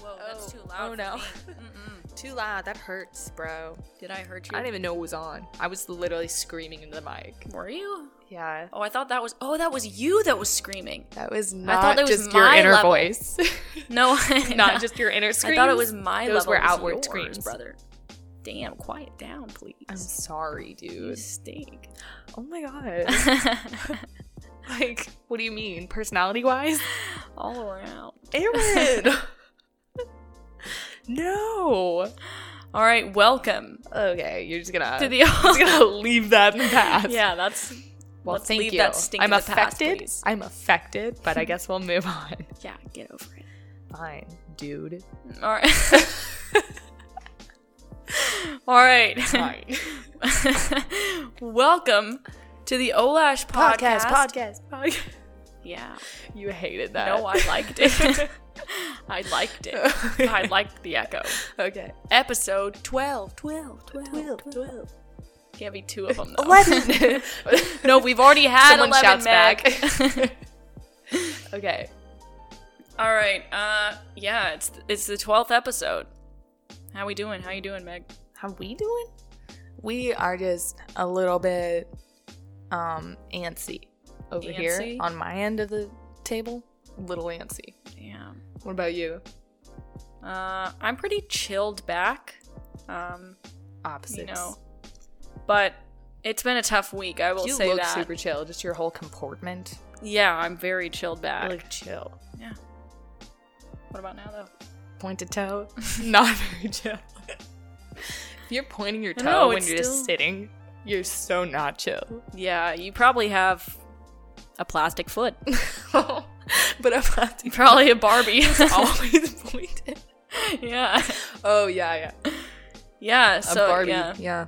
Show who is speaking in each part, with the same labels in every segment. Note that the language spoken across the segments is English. Speaker 1: whoa, that's
Speaker 2: Oh.
Speaker 1: too loud.
Speaker 2: Oh,
Speaker 1: for
Speaker 2: no.
Speaker 1: me. Mm-mm.
Speaker 2: Too loud. That hurts, bro.
Speaker 1: Did I hurt
Speaker 2: I
Speaker 1: you?
Speaker 2: didn't even know it was on. I was literally screaming into the mic.
Speaker 1: Were you?
Speaker 2: Yeah.
Speaker 1: Oh, I thought that was. Oh, that was you that was screaming.
Speaker 2: That was not
Speaker 1: thought that was
Speaker 2: just your
Speaker 1: my
Speaker 2: inner
Speaker 1: level.
Speaker 2: voice.
Speaker 1: No,
Speaker 2: not just your inner
Speaker 1: I
Speaker 2: screams.
Speaker 1: thought it was my
Speaker 2: Those
Speaker 1: level.
Speaker 2: were
Speaker 1: It was
Speaker 2: outward
Speaker 1: yours,
Speaker 2: screams.
Speaker 1: brother. Damn, quiet down, please.
Speaker 2: I'm sorry,
Speaker 1: you
Speaker 2: dude.
Speaker 1: stink.
Speaker 2: Oh my god. like, what do you mean? Personality wise?
Speaker 1: All around.
Speaker 2: Aaron! no.
Speaker 1: All right, welcome
Speaker 2: Okay, you're just gonna
Speaker 1: to the.
Speaker 2: I'm just gonna leave that in the past.
Speaker 1: yeah, that's
Speaker 2: Well,
Speaker 1: Let's
Speaker 2: thank
Speaker 1: leave
Speaker 2: you.
Speaker 1: that stink
Speaker 2: I'm
Speaker 1: in the past,
Speaker 2: affected.
Speaker 1: please.
Speaker 2: I'm affected, but I guess we'll move on.
Speaker 1: yeah. Get over it.
Speaker 2: Fine, dude.
Speaker 1: All right. All right.
Speaker 2: Fine.
Speaker 1: Welcome to the Olash podcast.
Speaker 2: podcast, podcast.
Speaker 1: Yeah.
Speaker 2: You hated that.
Speaker 1: No, I liked it. I liked it. I liked the echo.
Speaker 2: Okay.
Speaker 1: Episode 12. 12. 12. 12.
Speaker 2: 12.
Speaker 1: Can't be two of them, though.
Speaker 2: Eleven.
Speaker 1: no, we've already had
Speaker 2: Someone
Speaker 1: 11
Speaker 2: shouts
Speaker 1: Meg.
Speaker 2: back. okay.
Speaker 1: All right. Uh, yeah, it's it's the 12th episode. How we doing? How you doing, Meg?
Speaker 2: How we doing? We are just a little bit um antsy over here
Speaker 1: Antsy?
Speaker 2: on my end of the table. Little antsy.
Speaker 1: Damn.
Speaker 2: What about you?
Speaker 1: Uh, I'm pretty chilled back. Um,
Speaker 2: Opposites.
Speaker 1: you know, but it's been a tough week. I will
Speaker 2: you
Speaker 1: say
Speaker 2: look
Speaker 1: that.
Speaker 2: super chill. Just your whole comportment.
Speaker 1: yeah, I'm very chilled back.
Speaker 2: You look chill.
Speaker 1: yeah. What about now though?
Speaker 2: Point to toe. Not very chill. if you're pointing your
Speaker 1: I
Speaker 2: toe
Speaker 1: know,
Speaker 2: when
Speaker 1: it's
Speaker 2: you're
Speaker 1: still-
Speaker 2: just sitting, you're so not chill.
Speaker 1: Yeah, you probably have a plastic foot.
Speaker 2: but a plastic
Speaker 1: probably a Barbie.
Speaker 2: always pointed.
Speaker 1: yeah.
Speaker 2: Oh yeah, yeah.
Speaker 1: Yeah,
Speaker 2: A
Speaker 1: so
Speaker 2: Barbie.
Speaker 1: yeah.
Speaker 2: yeah.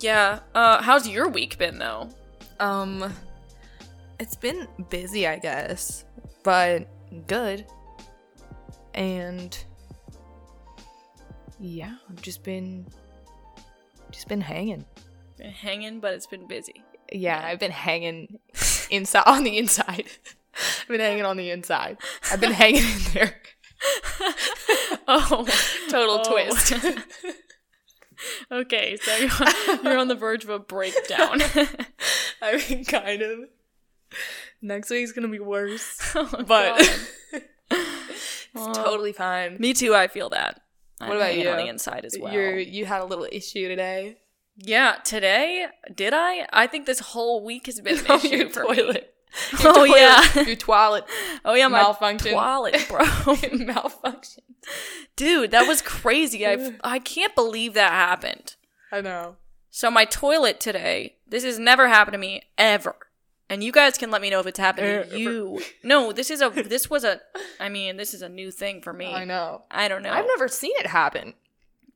Speaker 1: Yeah. Uh how's your week been though?
Speaker 2: Um, it's been busy, I guess, but good. And yeah, I've just been just been hanging.
Speaker 1: Been hanging, but it's been busy.
Speaker 2: Yeah, I've been hanging inside on the inside. I've been hanging on the inside. I've been hanging in there.
Speaker 1: oh,
Speaker 2: Total
Speaker 1: Oh.
Speaker 2: twist.
Speaker 1: okay, so you're, you're on the verge of a breakdown.
Speaker 2: I mean, kind of. Next week's gonna be worse,
Speaker 1: Oh,
Speaker 2: but
Speaker 1: God. Oh.
Speaker 2: it's totally fine.
Speaker 1: me too. I feel that. I'm
Speaker 2: What about
Speaker 1: hanging
Speaker 2: you?
Speaker 1: On the inside as well.
Speaker 2: You're you had a little issue today.
Speaker 1: Yeah, today did I? I think this whole week has been an
Speaker 2: Oh,
Speaker 1: issue
Speaker 2: your
Speaker 1: for
Speaker 2: toilet.
Speaker 1: me.
Speaker 2: Your
Speaker 1: oh
Speaker 2: toilet-
Speaker 1: yeah,
Speaker 2: your toilet
Speaker 1: oh yeah, my
Speaker 2: Malfunction.
Speaker 1: toilet, bro.
Speaker 2: malfunction.
Speaker 1: Dude, that was crazy. I I can't believe that happened.
Speaker 2: I know.
Speaker 1: So my toilet today. This has never happened to me ever. And you guys can let me know if it's happened to
Speaker 2: Ever.
Speaker 1: you. No, this is a this was a. I mean, this is a new thing for me.
Speaker 2: I know.
Speaker 1: I don't know.
Speaker 2: I've never seen it happen.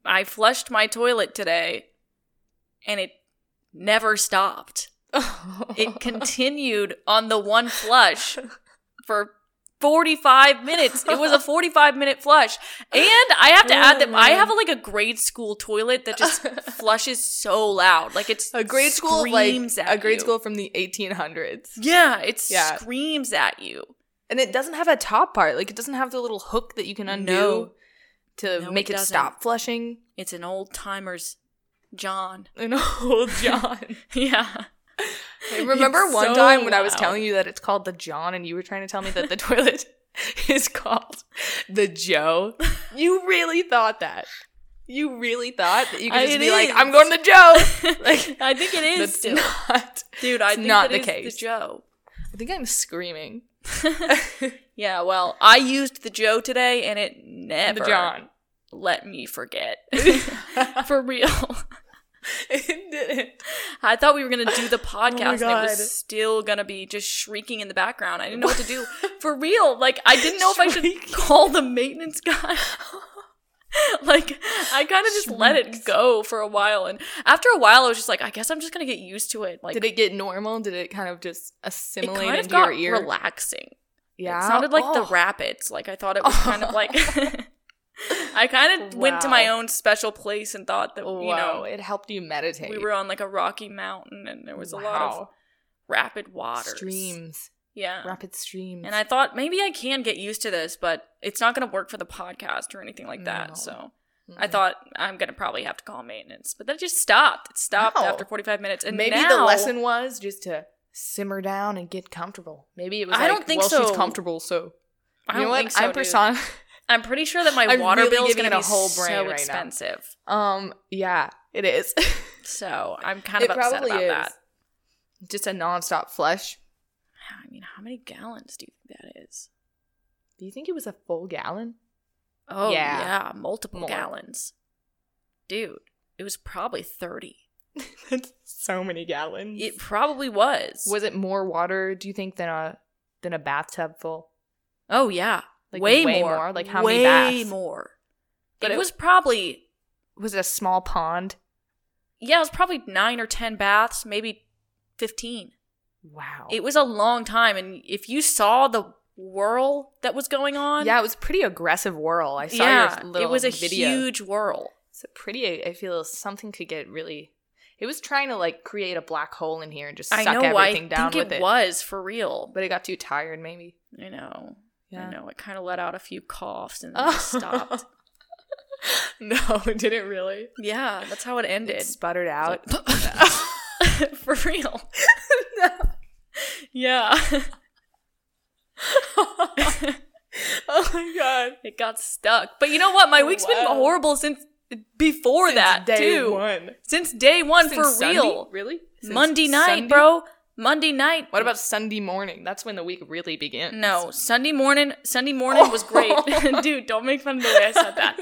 Speaker 1: I flushed my toilet today, and it never stopped. it continued on the one flush for 45 minutes. It was a 45 minute flush. And I have to add
Speaker 2: Oh
Speaker 1: that I have like a grade school toilet that just flushes so loud. Like it's
Speaker 2: a grade school like
Speaker 1: screams at
Speaker 2: a grade
Speaker 1: you.
Speaker 2: school from the 1800s,
Speaker 1: Yeah, it
Speaker 2: Yeah.
Speaker 1: screams at you.
Speaker 2: and it doesn't have a top part. Like it doesn't have the little hook that you can undo
Speaker 1: No.
Speaker 2: to
Speaker 1: No, it
Speaker 2: make it,
Speaker 1: doesn't.
Speaker 2: stop flushing.
Speaker 1: It's an old timer's John.
Speaker 2: An old John.
Speaker 1: Yeah.
Speaker 2: I remember
Speaker 1: It's
Speaker 2: one
Speaker 1: so
Speaker 2: time when I was
Speaker 1: loud.
Speaker 2: telling you that it's called the John, and you were trying to tell me that the toilet is called the Joe. You really thought that. You really thought that you could
Speaker 1: I-
Speaker 2: just
Speaker 1: it
Speaker 2: be like,
Speaker 1: is.
Speaker 2: "I'm going to Joe." Like,
Speaker 1: I think it is
Speaker 2: That's
Speaker 1: still.
Speaker 2: not.
Speaker 1: Dude, I
Speaker 2: it's
Speaker 1: think
Speaker 2: not
Speaker 1: it
Speaker 2: the
Speaker 1: is
Speaker 2: case.
Speaker 1: the Joe.
Speaker 2: I think I'm screaming.
Speaker 1: Yeah, well, I used the Joe today and it never
Speaker 2: The John.
Speaker 1: let me forget. For real.
Speaker 2: it didn't.
Speaker 1: I thought we were gonna do the
Speaker 2: Oh my
Speaker 1: podcast and it
Speaker 2: God.
Speaker 1: was still gonna be just shrieking in the background. I didn't know what to do. For real. Like I didn't know if I should call the maintenance guy. like I kind of just let it go for a while and after a while I was just like, I guess I'm just gonna get used to it. Like
Speaker 2: Did it get normal? Did it kind of just
Speaker 1: it
Speaker 2: assimilate
Speaker 1: kind of
Speaker 2: into
Speaker 1: got
Speaker 2: your ear?
Speaker 1: relaxing.
Speaker 2: yeah.
Speaker 1: It sounded like the
Speaker 2: Oh.
Speaker 1: rapids. Like I thought it was kind of like I kind of went to my
Speaker 2: Wow.
Speaker 1: own special place and thought that you
Speaker 2: Wow,
Speaker 1: know
Speaker 2: it helped you meditate.
Speaker 1: we were on like a rocky mountain and there was a lot of
Speaker 2: Wow.
Speaker 1: rapid waters.
Speaker 2: streams.
Speaker 1: Yeah.
Speaker 2: rapid streams.
Speaker 1: And I thought maybe I can get used to this, but it's not going to work for the podcast or anything like that.
Speaker 2: No.
Speaker 1: So
Speaker 2: Mm.
Speaker 1: I thought I'm going to probably have to call maintenance, but that just stopped. It stopped
Speaker 2: Wow.
Speaker 1: after 45 minutes. And
Speaker 2: maybe the
Speaker 1: now-
Speaker 2: lesson was just to simmer down and get comfortable. Maybe it was.
Speaker 1: I
Speaker 2: like,
Speaker 1: don't think
Speaker 2: well, she's
Speaker 1: so.
Speaker 2: comfortable, so
Speaker 1: I
Speaker 2: you know
Speaker 1: don't
Speaker 2: what?
Speaker 1: think so,
Speaker 2: I'm
Speaker 1: dude.
Speaker 2: person.
Speaker 1: I'm pretty sure that my
Speaker 2: I'm
Speaker 1: water
Speaker 2: really
Speaker 1: bill is
Speaker 2: giving
Speaker 1: going
Speaker 2: it
Speaker 1: to
Speaker 2: a
Speaker 1: be
Speaker 2: whole brain
Speaker 1: so
Speaker 2: right now.
Speaker 1: expensive.
Speaker 2: Um. Yeah, it is.
Speaker 1: So I'm kind of upset about that.
Speaker 2: Just a nonstop flush.
Speaker 1: I mean, how many gallons do you think that is?
Speaker 2: Do you think it was a full gallon?
Speaker 1: Oh
Speaker 2: Yeah.
Speaker 1: yeah, multiple
Speaker 2: More.
Speaker 1: gallons. Dude, it was probably 30.
Speaker 2: That's so many gallons.
Speaker 1: It probably was.
Speaker 2: was it more water? Do you think than a than a bathtub full?
Speaker 1: Oh yeah,
Speaker 2: Like,
Speaker 1: way,
Speaker 2: way
Speaker 1: more.
Speaker 2: more? Like, how
Speaker 1: way
Speaker 2: many baths?
Speaker 1: more.
Speaker 2: But
Speaker 1: it,
Speaker 2: it-
Speaker 1: was probably
Speaker 2: Was it a small pond?
Speaker 1: yeah, it was probably nine or ten baths, maybe fifteen.
Speaker 2: Wow.
Speaker 1: It was a long time, and if you saw the whirl that was going on,
Speaker 2: yeah, it was a pretty aggressive whirl. I saw
Speaker 1: yeah,
Speaker 2: your little
Speaker 1: it was a
Speaker 2: video.
Speaker 1: huge whirl.
Speaker 2: It's a pretty. I feel something could get really. It was trying to like create a black hole in here and just suck
Speaker 1: I know. I
Speaker 2: everything down
Speaker 1: think it,
Speaker 2: with it.
Speaker 1: was for real.
Speaker 2: But it got too tired, maybe.
Speaker 1: I know. I
Speaker 2: Yeah.
Speaker 1: know. It kind of let out a few coughs and then it stopped.
Speaker 2: no, it didn't really.
Speaker 1: Yeah, that's how it ended.
Speaker 2: It sputtered out.
Speaker 1: for real. Yeah.
Speaker 2: oh my god! Oh,
Speaker 1: it got stuck. But you know what? My week's been
Speaker 2: Wow.
Speaker 1: horrible since before that
Speaker 2: Since day
Speaker 1: too.
Speaker 2: one.
Speaker 1: Since day one
Speaker 2: uh, Since
Speaker 1: for
Speaker 2: Sunday?
Speaker 1: real.
Speaker 2: Really? Since
Speaker 1: Monday night,
Speaker 2: Sunday?
Speaker 1: bro. Monday night.
Speaker 2: What about Sunday morning? That's when the week really begins.
Speaker 1: No, Sunday morning. Sunday morning was great, dude. Don't make fun of the way I said that.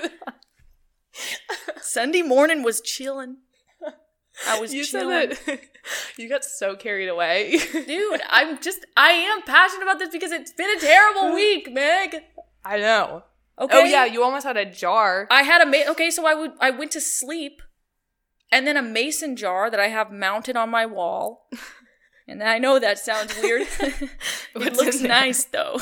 Speaker 1: Sunday morning was chilling. I was
Speaker 2: you
Speaker 1: chilling.
Speaker 2: said that. you got so carried away.
Speaker 1: Dude, I'm just I am passionate about this because it's been a terrible week, Meg. Okay.
Speaker 2: I know. Oh yeah, you almost had a jar.
Speaker 1: I had a ma- okay, so I would I went to sleep and then a mason jar that I have mounted on my wall. And I know that sounds weird. it
Speaker 2: What's
Speaker 1: looks
Speaker 2: in there?
Speaker 1: nice though.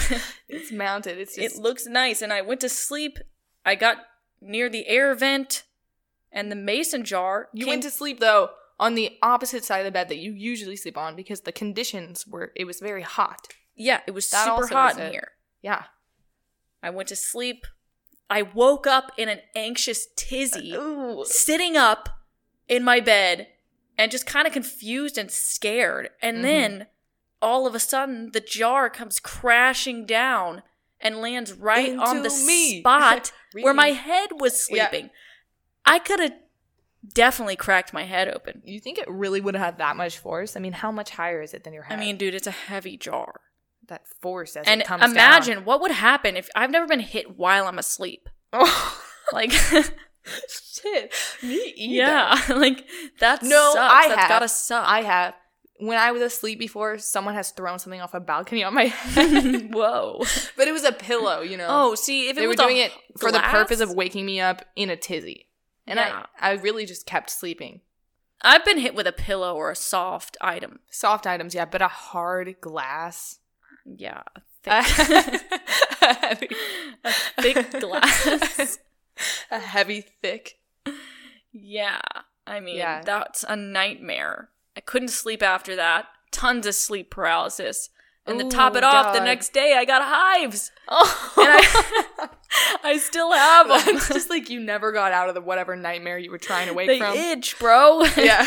Speaker 2: It's mounted. It's just
Speaker 1: it looks nice and I went to sleep. I got near the air vent and the mason jar
Speaker 2: You
Speaker 1: came-
Speaker 2: went to sleep though on the opposite side of the bed that you usually sleep on because the conditions were it was very hot.
Speaker 1: Yeah, it was
Speaker 2: That
Speaker 1: super
Speaker 2: also
Speaker 1: hot
Speaker 2: was
Speaker 1: in
Speaker 2: it.
Speaker 1: here.
Speaker 2: Yeah.
Speaker 1: I went to sleep. I woke up in an anxious tizzy.
Speaker 2: Ooh.
Speaker 1: sitting up in my bed and just kind of confused and scared. And
Speaker 2: Mhm.
Speaker 1: then all of a sudden, the jar comes crashing down and lands right on the
Speaker 2: Into me.
Speaker 1: spot where my head was
Speaker 2: Yeah.
Speaker 1: sleeping. I could have definitely cracked my head open.
Speaker 2: You think it really would have had that much force? I mean, how much higher is it than your
Speaker 1: I
Speaker 2: head?
Speaker 1: mean, dude, it's a heavy jar.
Speaker 2: that force as
Speaker 1: and
Speaker 2: it comes down.
Speaker 1: imagine what would happen if I've never been hit while I'm asleep.
Speaker 2: Oh
Speaker 1: Like,
Speaker 2: shit. Me either.
Speaker 1: yeah, like that
Speaker 2: No,
Speaker 1: sucks.
Speaker 2: I
Speaker 1: That's
Speaker 2: have.
Speaker 1: gotta suck.
Speaker 2: I have when I was asleep before, someone has thrown something off a balcony on my head.
Speaker 1: Whoa.
Speaker 2: but it was a pillow, you know.
Speaker 1: Oh, see, if it
Speaker 2: they were
Speaker 1: was
Speaker 2: doing
Speaker 1: a
Speaker 2: it for the purpose
Speaker 1: glass?
Speaker 2: of waking me up in a tizzy. And
Speaker 1: Yeah.
Speaker 2: I, I really just kept sleeping.
Speaker 1: I've been hit with a pillow or a soft item.
Speaker 2: Soft items, yeah, but a hard glass.
Speaker 1: Yeah, a
Speaker 2: a
Speaker 1: thick, a thick
Speaker 2: thick
Speaker 1: glass.
Speaker 2: a heavy, thick.
Speaker 1: Yeah, I mean
Speaker 2: Yeah.
Speaker 1: that's a nightmare. I couldn't sleep after that. Tons of sleep paralysis, and to top
Speaker 2: Ooh,
Speaker 1: it off, the
Speaker 2: God.
Speaker 1: next day I got hives,
Speaker 2: Oh,
Speaker 1: and I, I still have them.
Speaker 2: it's just like you never got out of the whatever nightmare you were trying to wake
Speaker 1: They
Speaker 2: from.
Speaker 1: itch, bro.
Speaker 2: Yeah.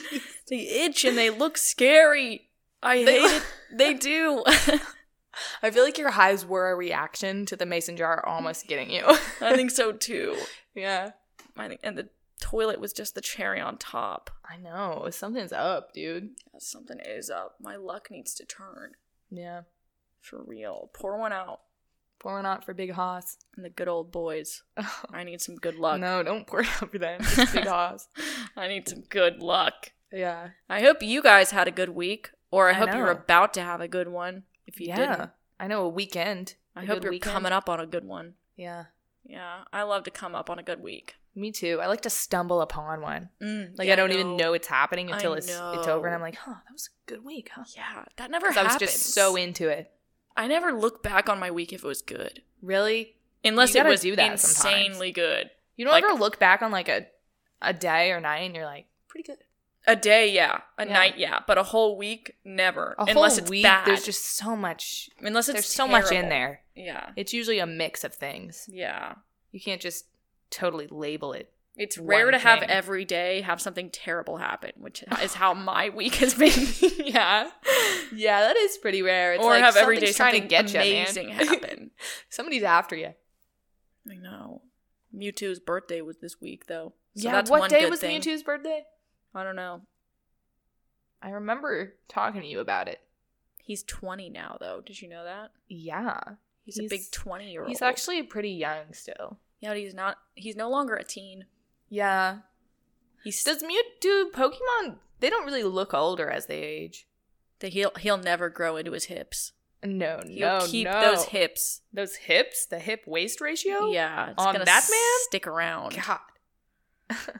Speaker 1: they itch, and they look scary. I
Speaker 2: They-
Speaker 1: hate it. They do.
Speaker 2: I feel like your hives were a reaction to the mason jar almost getting you.
Speaker 1: I think so too.
Speaker 2: yeah.
Speaker 1: I think, and the toilet was just the cherry on top.
Speaker 2: I know. Something's up, dude.
Speaker 1: Something is up. My luck needs to turn.
Speaker 2: Yeah.
Speaker 1: For real. Pour one out.
Speaker 2: Pouring out for Big Hoss.
Speaker 1: And the good old boys. I need some good luck.
Speaker 2: No, don't pour it out for them. Just Big Hoss.
Speaker 1: I need some good luck.
Speaker 2: Yeah.
Speaker 1: I hope you guys had a good week, or I,
Speaker 2: I
Speaker 1: hope you're
Speaker 2: know.
Speaker 1: about to have a good one. If you didn't,
Speaker 2: I know a weekend.
Speaker 1: I
Speaker 2: A
Speaker 1: hope
Speaker 2: good
Speaker 1: you're
Speaker 2: weekend.
Speaker 1: coming up on a good one.
Speaker 2: Yeah.
Speaker 1: Yeah, I love to come up on a good week.
Speaker 2: Me too. I like to stumble upon one.
Speaker 1: Mm,
Speaker 2: Like
Speaker 1: yeah,
Speaker 2: I don't even know it's happening
Speaker 1: I
Speaker 2: until it's it's over and
Speaker 1: know.
Speaker 2: I'm like, huh, that was a good week, huh?
Speaker 1: Yeah, that never
Speaker 2: 'Cause I
Speaker 1: happens.
Speaker 2: was just so into it.
Speaker 1: I never look back on my week if it was good,
Speaker 2: Really?
Speaker 1: unless it
Speaker 2: gotta
Speaker 1: was
Speaker 2: do that sometimes.
Speaker 1: insanely good.
Speaker 2: You don't
Speaker 1: Like-
Speaker 2: ever look back on like a a day or night and you're like, pretty good.
Speaker 1: A day, yeah. A
Speaker 2: Yeah.
Speaker 1: night, yeah. But a whole week, never.
Speaker 2: A
Speaker 1: unless
Speaker 2: whole
Speaker 1: it's
Speaker 2: week,
Speaker 1: bad.
Speaker 2: there's just so much.
Speaker 1: unless it's
Speaker 2: There's so much in
Speaker 1: terrible.
Speaker 2: there.
Speaker 1: Yeah.
Speaker 2: It's usually a mix of things.
Speaker 1: Yeah.
Speaker 2: You can't just totally label it.
Speaker 1: It's
Speaker 2: One
Speaker 1: rare to have
Speaker 2: thing.
Speaker 1: every day have something terrible happen, which is how my week has been.
Speaker 2: yeah, yeah, that is pretty rare.
Speaker 1: or have every day
Speaker 2: something's
Speaker 1: something
Speaker 2: amazing
Speaker 1: amazing happen.
Speaker 2: Somebody's after you.
Speaker 1: I know. Mewtwo's birthday was this week, though. So
Speaker 2: yeah,
Speaker 1: that's
Speaker 2: what
Speaker 1: one
Speaker 2: day
Speaker 1: good
Speaker 2: was
Speaker 1: thing.
Speaker 2: Mewtwo's birthday?
Speaker 1: I don't know.
Speaker 2: I remember talking to you about it.
Speaker 1: He's 20 now, though. Did you know that?
Speaker 2: Yeah,
Speaker 1: He's, a big 20 year old.
Speaker 2: He's actually pretty young still.
Speaker 1: Yeah, but he's not. He's no longer a teen.
Speaker 2: Yeah.
Speaker 1: He's
Speaker 2: Does Mewtwo Pokemon? They don't really look older as they age.
Speaker 1: that he'll he'll never grow into his hips.
Speaker 2: No,
Speaker 1: He'll
Speaker 2: no,
Speaker 1: keep
Speaker 2: no.
Speaker 1: those hips.
Speaker 2: Those hips, the hip waist ratio.
Speaker 1: Yeah, it's
Speaker 2: on
Speaker 1: gonna
Speaker 2: that man?
Speaker 1: stick around.
Speaker 2: God,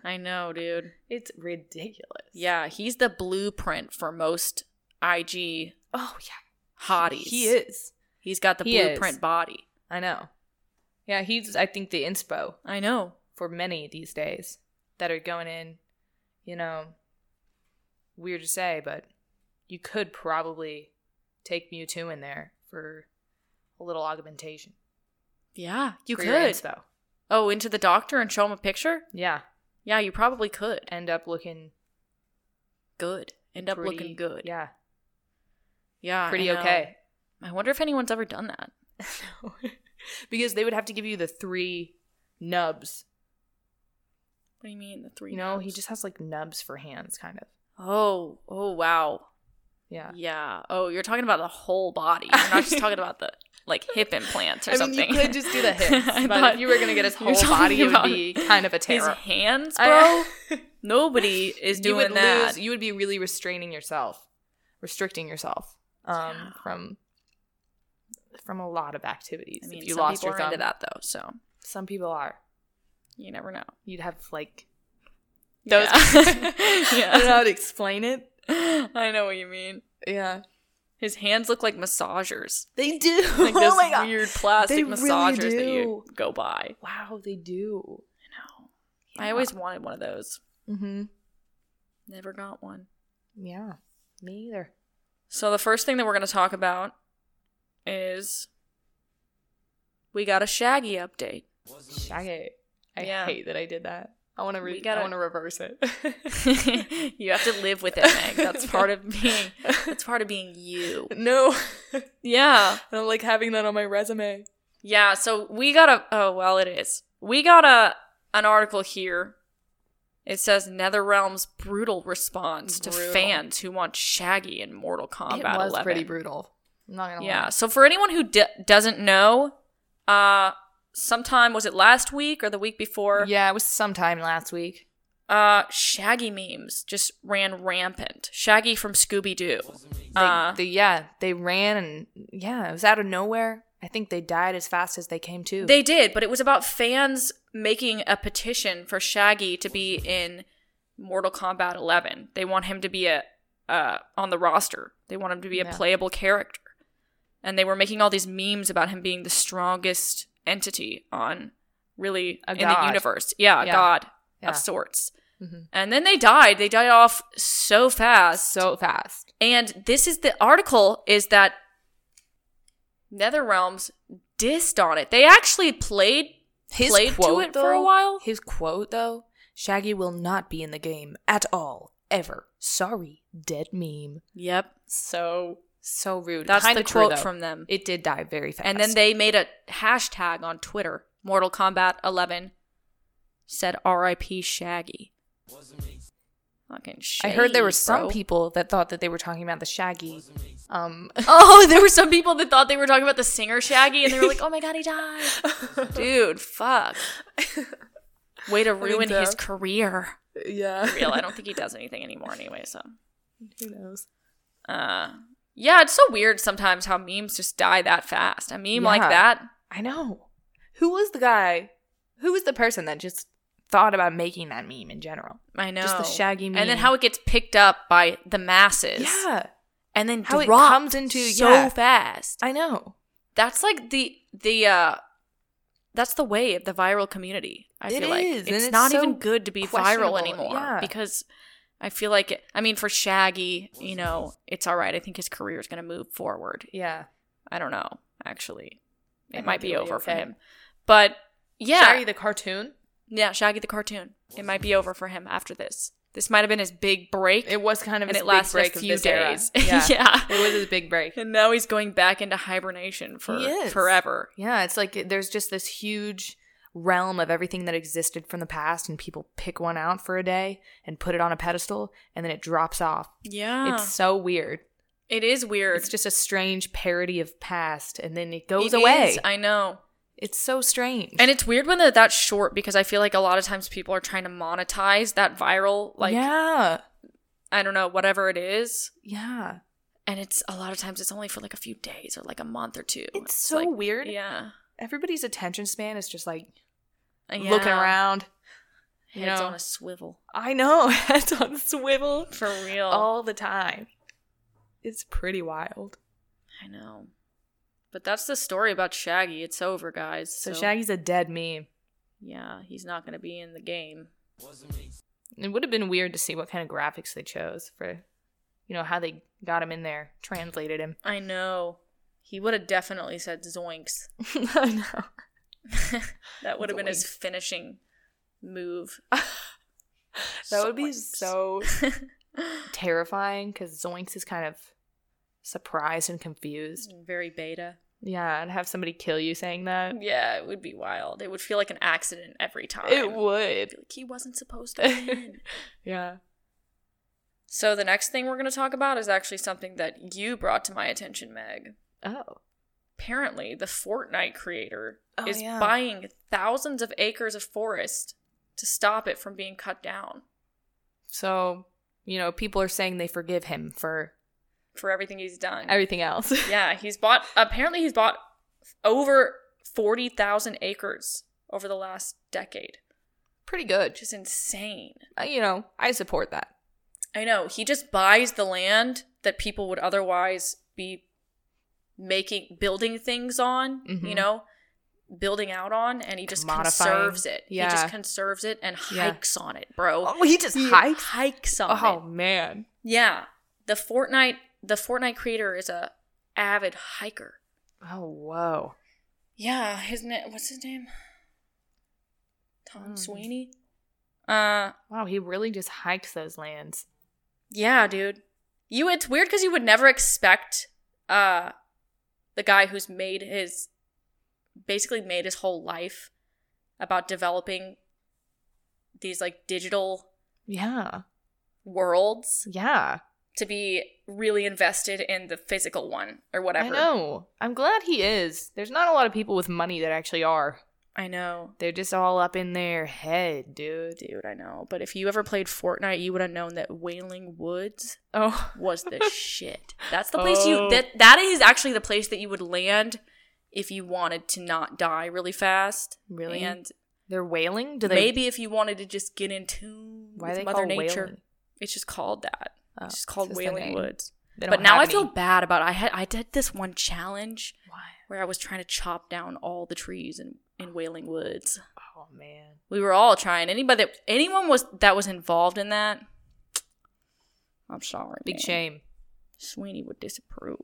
Speaker 1: I know, dude.
Speaker 2: it's ridiculous.
Speaker 1: Yeah, he's the blueprint for most IG
Speaker 2: Oh yeah.
Speaker 1: hotties.
Speaker 2: He is.
Speaker 1: He's got the
Speaker 2: He is.
Speaker 1: blueprint body.
Speaker 2: I know. Yeah, he's. I think the inspo
Speaker 1: I know.
Speaker 2: for many these days that are going in. You know, weird to say, but you could probably take Mewtwo in there for a little augmentation.
Speaker 1: Yeah, you
Speaker 2: for your
Speaker 1: could.
Speaker 2: inspo.
Speaker 1: Oh, into the doctor and show him a picture?
Speaker 2: Yeah,
Speaker 1: Yeah, you probably could.
Speaker 2: end up looking
Speaker 1: Good. End up
Speaker 2: pretty-
Speaker 1: looking good.
Speaker 2: Yeah,
Speaker 1: Yeah, I
Speaker 2: pretty
Speaker 1: know.
Speaker 2: okay.
Speaker 1: I wonder if anyone's ever done that.
Speaker 2: because they would have to give you the three nubs.
Speaker 1: What do you mean the three?
Speaker 2: You know, he
Speaker 1: nubs?
Speaker 2: just has like nubs for hands, kind of.
Speaker 1: Oh, oh wow.
Speaker 2: Yeah.
Speaker 1: Yeah. Oh, you're talking about the whole body. You're not just talking about the like hip implants or
Speaker 2: I mean,
Speaker 1: something.
Speaker 2: you could just do the hips,
Speaker 1: I
Speaker 2: but
Speaker 1: thought
Speaker 2: if you were gonna get his
Speaker 1: you were
Speaker 2: whole body, it would
Speaker 1: talking
Speaker 2: be kind of a
Speaker 1: His
Speaker 2: terror.
Speaker 1: hands, bro.
Speaker 2: I-
Speaker 1: Nobody is
Speaker 2: you
Speaker 1: doing
Speaker 2: would
Speaker 1: that.
Speaker 2: Lose, you would be really restraining yourself, restricting yourself um,
Speaker 1: Yeah.
Speaker 2: from from a lot of activities.
Speaker 1: I mean,
Speaker 2: if you
Speaker 1: some
Speaker 2: lost
Speaker 1: people
Speaker 2: your
Speaker 1: are
Speaker 2: thumb,
Speaker 1: into that though, so
Speaker 2: some people are.
Speaker 1: you never know.
Speaker 2: You'd have like
Speaker 1: Those-
Speaker 2: I don't know
Speaker 1: yeah.
Speaker 2: how to explain it.
Speaker 1: I know what you mean.
Speaker 2: Yeah,
Speaker 1: His hands look like massagers.
Speaker 2: they do.
Speaker 1: Like those
Speaker 2: oh my god!
Speaker 1: weird plastic
Speaker 2: They really
Speaker 1: massagers that you
Speaker 2: do.
Speaker 1: go buy.
Speaker 2: Wow, they do.
Speaker 1: No. I always wanted one of those.
Speaker 2: Mm-hmm.
Speaker 1: Never got one.
Speaker 2: Yeah, me either.
Speaker 1: So the first thing that we're going to talk about is we got a Shaggy update.
Speaker 2: Shaggy. I
Speaker 1: Yeah.
Speaker 2: hate that I did that. I want to.
Speaker 1: We
Speaker 2: Re-
Speaker 1: gotta-
Speaker 2: I want to reverse it.
Speaker 1: you have to live with it, Meg. That's part of being. That's part of being you.
Speaker 2: no,
Speaker 1: Yeah.
Speaker 2: I don't like having that on my resume.
Speaker 1: Yeah. So we got a. Oh well, it is. We got a an article here. It says NetherRealm's brutal response to
Speaker 2: Brutal.
Speaker 1: fans who want Shaggy in Mortal Kombat
Speaker 2: it was
Speaker 1: 11.
Speaker 2: pretty brutal. I'm not gonna
Speaker 1: Yeah.
Speaker 2: lie.
Speaker 1: So for anyone who d- doesn't know, uh, sometime was it last week or the week before?
Speaker 2: Yeah, it was sometime last week.
Speaker 1: Uh, Shaggy memes just ran rampant. Shaggy from Scooby Doo.
Speaker 2: They,
Speaker 1: Uh,
Speaker 2: they- yeah, they ran and yeah, it was out of nowhere. I think they died as fast as they came to.
Speaker 1: They did, but it was about fans making a petition for Shaggy to be in Mortal Kombat 11. They want him to be a uh, on the roster. They want him to be a
Speaker 2: Yeah.
Speaker 1: playable character. And they were making all these memes about him being the strongest entity on really
Speaker 2: A
Speaker 1: in the
Speaker 2: god.
Speaker 1: universe. Yeah, a
Speaker 2: Yeah.
Speaker 1: god
Speaker 2: Yeah.
Speaker 1: of sorts.
Speaker 2: Mhm.
Speaker 1: And then they died. They died off so fast.
Speaker 2: so fast.
Speaker 1: And this is the article is that NetherRealms dissed on it. They actually played played to it for a
Speaker 2: though-
Speaker 1: while.
Speaker 2: His quote though, Shaggy will not be in the game at all ever. Sorry, dead meme.
Speaker 1: Yep,
Speaker 2: So so rude.
Speaker 1: that's
Speaker 2: Kinda
Speaker 1: the
Speaker 2: true,
Speaker 1: quote
Speaker 2: though.
Speaker 1: from them.
Speaker 2: It did die very fast.
Speaker 1: and then they made a hashtag on Twitter. Mortal Kombat 11 said R.I.P. Shaggy. Fucking
Speaker 2: I heard there were
Speaker 1: shade,
Speaker 2: some
Speaker 1: bro.
Speaker 2: people that thought that they were talking about the Shaggy. Um,
Speaker 1: Oh, there were some people that thought they were talking about the singer Shaggy, and they were like, "Oh my god, he died, dude! Fuck, way to ruin
Speaker 2: so.
Speaker 1: his career."
Speaker 2: yeah.
Speaker 1: real. I don't think he does anything anymore anyway, so
Speaker 2: Who knows?
Speaker 1: uh yeah, it's so weird sometimes how memes just die that fast. A meme like
Speaker 2: Yeah.
Speaker 1: that.
Speaker 2: I know. Who was the guy? Who was the person that just thought about making that meme in general?
Speaker 1: I know.
Speaker 2: Just the Shaggy meme.
Speaker 1: And then how it gets picked up by the masses.
Speaker 2: Yeah,
Speaker 1: And then
Speaker 2: How it
Speaker 1: dropped
Speaker 2: comes into-
Speaker 1: so
Speaker 2: yeah.
Speaker 1: fast.
Speaker 2: I know.
Speaker 1: That's like the the uh that's the way of the viral community. I
Speaker 2: It
Speaker 1: feel like
Speaker 2: is, and
Speaker 1: it's
Speaker 2: it's
Speaker 1: not
Speaker 2: so
Speaker 1: even good to be viral
Speaker 2: questionable,
Speaker 1: anymore
Speaker 2: yeah.
Speaker 1: because I feel like, it, I mean, for Shaggy, you know, it's all right. I think his career is going to move forward.
Speaker 2: Yeah.
Speaker 1: I don't know, actually.
Speaker 2: I
Speaker 1: It might
Speaker 2: think
Speaker 1: be
Speaker 2: it'll be
Speaker 1: over for
Speaker 2: okay.
Speaker 1: him. But yeah.
Speaker 2: Shaggy the cartoon.
Speaker 1: yeah, Shaggy the cartoon. It might be over for him after this. This might have been his big break.
Speaker 2: It was kind of
Speaker 1: and
Speaker 2: his
Speaker 1: it
Speaker 2: big
Speaker 1: lasted a
Speaker 2: break of
Speaker 1: few
Speaker 2: this era.
Speaker 1: days.
Speaker 2: Yeah.
Speaker 1: yeah.
Speaker 2: It was his big break.
Speaker 1: And now he's going back into hibernation for
Speaker 2: He is.
Speaker 1: forever.
Speaker 2: Yeah, it's like there's just this huge realm of everything that existed from the past and people pick one out for a day and put it on a pedestal and then it drops off.
Speaker 1: Yeah.
Speaker 2: It's so weird.
Speaker 1: It is Ah. weird.
Speaker 2: It's just a strange parody of past and then it goes
Speaker 1: It
Speaker 2: away.
Speaker 1: is, I know.
Speaker 2: it's so strange.
Speaker 1: And it's weird when they're that short because I feel like a lot of times people are trying to monetize that viral, like,
Speaker 2: Yeah.
Speaker 1: I don't know, whatever it is.
Speaker 2: Yeah.
Speaker 1: And it's a lot of times it's only for like a few days or like a month or two.
Speaker 2: It's, so
Speaker 1: like,
Speaker 2: weird.
Speaker 1: Yeah.
Speaker 2: Everybody's attention span is just like
Speaker 1: Uh, Yeah.
Speaker 2: looking around. You
Speaker 1: Heads
Speaker 2: know.
Speaker 1: on a swivel.
Speaker 2: I know. Heads on swivel
Speaker 1: For real.
Speaker 2: all the time. It's pretty wild.
Speaker 1: I know. But that's the story about Shaggy. It's over, guys.
Speaker 2: So, Shaggy's a dead meme.
Speaker 1: Yeah, he's not going to be in the game.
Speaker 2: It would have been weird to see what kind of graphics they chose for, you know, how they got him in there, translated him.
Speaker 1: I know. He would have definitely said zoinks.
Speaker 2: I know.
Speaker 1: that would have been his
Speaker 2: Zoinks.
Speaker 1: finishing move.
Speaker 2: That would be
Speaker 1: Zoinks.
Speaker 2: so terrifying because Zoinks is kind of surprised and confused.
Speaker 1: Very beta.
Speaker 2: Yeah, and have somebody kill you saying that.
Speaker 1: Yeah, it would be wild. It would feel like an accident every time.
Speaker 2: It
Speaker 1: Be
Speaker 2: would.
Speaker 1: Like he wasn't supposed to be in.
Speaker 2: Yeah.
Speaker 1: so the next thing we're going to talk about is actually something that you brought to my attention, Meg.
Speaker 2: Oh.
Speaker 1: Apparently, the Fortnite creator
Speaker 2: Oh,
Speaker 1: is
Speaker 2: yeah.
Speaker 1: buying thousands of acres of forest to stop it from being cut down
Speaker 2: So, you know, people are saying they forgive him for
Speaker 1: for everything he's done.
Speaker 2: everything else.
Speaker 1: Yeah, he's bought. Apparently, he's bought over forty thousand acres over the last decade,
Speaker 2: Pretty good.
Speaker 1: which
Speaker 2: Just,
Speaker 1: is insane.
Speaker 2: uh, you know, I support that.
Speaker 1: I know he just buys the land that people would otherwise be making building things on.
Speaker 2: Mhm.
Speaker 1: You know, building out on, and he just
Speaker 2: Modifying.
Speaker 1: conserves it. He
Speaker 2: Yeah.
Speaker 1: just conserves it and
Speaker 2: Yeah. Oh,
Speaker 1: hikes on it, bro.
Speaker 2: he just
Speaker 1: He hikes on
Speaker 2: Oh,
Speaker 1: it.
Speaker 2: man.
Speaker 1: Yeah, the Fortnite the Fortnite creator is a avid hiker.
Speaker 2: Oh, whoa.
Speaker 1: Yeah, his name. What's his name? Tom
Speaker 2: Mm.
Speaker 1: Sweeney. Uh,
Speaker 2: Wow, he really just hikes those lands.
Speaker 1: yeah, dude. You. It's weird because you would never expect uh the guy who's made his basically made his whole life about developing these like digital
Speaker 2: Yeah.
Speaker 1: worlds
Speaker 2: Yeah.
Speaker 1: to be really invested in the physical one or whatever.
Speaker 2: I know. I'm glad he is. There's not a lot of people with money that actually are.
Speaker 1: I know.
Speaker 2: They're just all up in their head, dude.
Speaker 1: Dude, I know. But if you ever played Fortnite, you would have known that Wailing Woods
Speaker 2: Oh.
Speaker 1: was the shit. That's the place
Speaker 2: Oh.
Speaker 1: you that that is actually the place that you would land if you wanted to not die really fast.
Speaker 2: Really?
Speaker 1: And
Speaker 2: They're wailing? Do they
Speaker 1: maybe if you wanted to just get in tune
Speaker 2: why
Speaker 1: with
Speaker 2: are they
Speaker 1: Mother
Speaker 2: called
Speaker 1: Nature.
Speaker 2: wailing?
Speaker 1: It's just called that.
Speaker 2: Oh,
Speaker 1: It's just called
Speaker 2: just their
Speaker 1: Wailing
Speaker 2: name.
Speaker 1: Woods.
Speaker 2: They
Speaker 1: But
Speaker 2: don't
Speaker 1: now I
Speaker 2: have
Speaker 1: feel
Speaker 2: any.
Speaker 1: bad about it. I had I did this one challenge
Speaker 2: Why?
Speaker 1: where I was trying to chop down all the trees in, in Wailing Woods.
Speaker 2: Oh man.
Speaker 1: We were all trying. Anybody that anyone was that was involved in that. I'm sorry.
Speaker 2: Big
Speaker 1: man.
Speaker 2: shame.
Speaker 1: Sweeney would disapprove.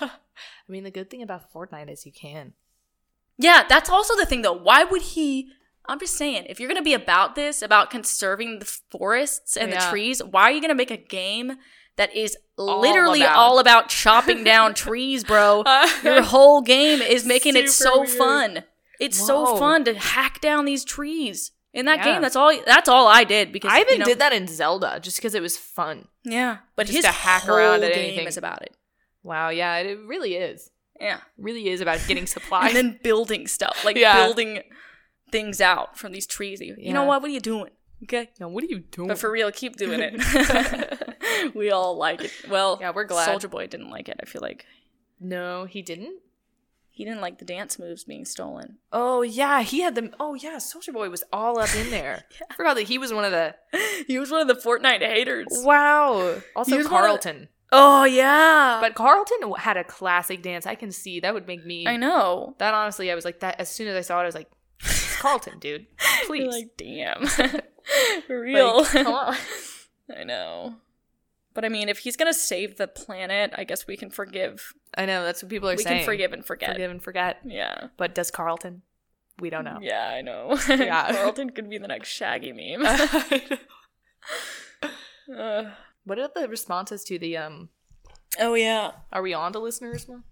Speaker 2: I mean, the good thing about Fortnite is you can.
Speaker 1: Yeah, that's also the thing though. Why would he? I'm just saying, if you're gonna be about this, about conserving the forests and
Speaker 2: Yeah.
Speaker 1: the trees, why are you gonna make a game that is
Speaker 2: All
Speaker 1: literally
Speaker 2: about-
Speaker 1: all about chopping down trees, bro? Your whole game is making it
Speaker 2: Super
Speaker 1: so
Speaker 2: weird.
Speaker 1: fun. It's so
Speaker 2: Whoa.
Speaker 1: fun to hack down these trees. In that
Speaker 2: Yeah.
Speaker 1: game, that's all. That's all I did because
Speaker 2: I even
Speaker 1: you know-
Speaker 2: did that in Zelda just because it was fun.
Speaker 1: Yeah, but
Speaker 2: Just
Speaker 1: his
Speaker 2: to hack
Speaker 1: whole
Speaker 2: around at
Speaker 1: game
Speaker 2: anything.
Speaker 1: is about it.
Speaker 2: Wow, yeah, it really is.
Speaker 1: Yeah,
Speaker 2: Really is about getting supplies.
Speaker 1: and then building stuff, like
Speaker 2: Yeah.
Speaker 1: building things out from these trees. You, you know
Speaker 2: Yeah.
Speaker 1: what? What are you doing? Okay.
Speaker 2: now, what are you doing?
Speaker 1: But for real, keep doing it. we all like it. Well,
Speaker 2: Yeah, we're glad.
Speaker 1: Soldier Boy didn't like it. I feel like
Speaker 2: no, he didn't.
Speaker 1: he didn't like the dance moves being stolen.
Speaker 2: Oh yeah, he had them. Oh yeah, Soldier Boy was all up in there. I forgot that he was one of the.
Speaker 1: He was one of the Fortnite haters.
Speaker 2: Wow. Also
Speaker 1: He was one of the-
Speaker 2: Carlton,
Speaker 1: Oh yeah,
Speaker 2: but Carlton w- had a classic dance. I can see that would make me.
Speaker 1: I know.
Speaker 2: That honestly, I was like that as soon as I saw it. I was like, it's Carlton, dude,
Speaker 1: You're
Speaker 2: please.
Speaker 1: like damn, for real.
Speaker 2: Like, come on.
Speaker 1: I know. But I mean, if he's gonna save the planet, I guess we can forgive.
Speaker 2: I know that's what people are
Speaker 1: we
Speaker 2: saying.
Speaker 1: can forgive and forget.
Speaker 2: forgive and forget.
Speaker 1: Yeah.
Speaker 2: But does Carlton? We don't know.
Speaker 1: Yeah, I know.
Speaker 2: Yeah.
Speaker 1: Carlton could be the next Shaggy meme. Ugh.
Speaker 2: what are the responses to the um?
Speaker 1: oh yeah.
Speaker 2: Are we on to listeners now?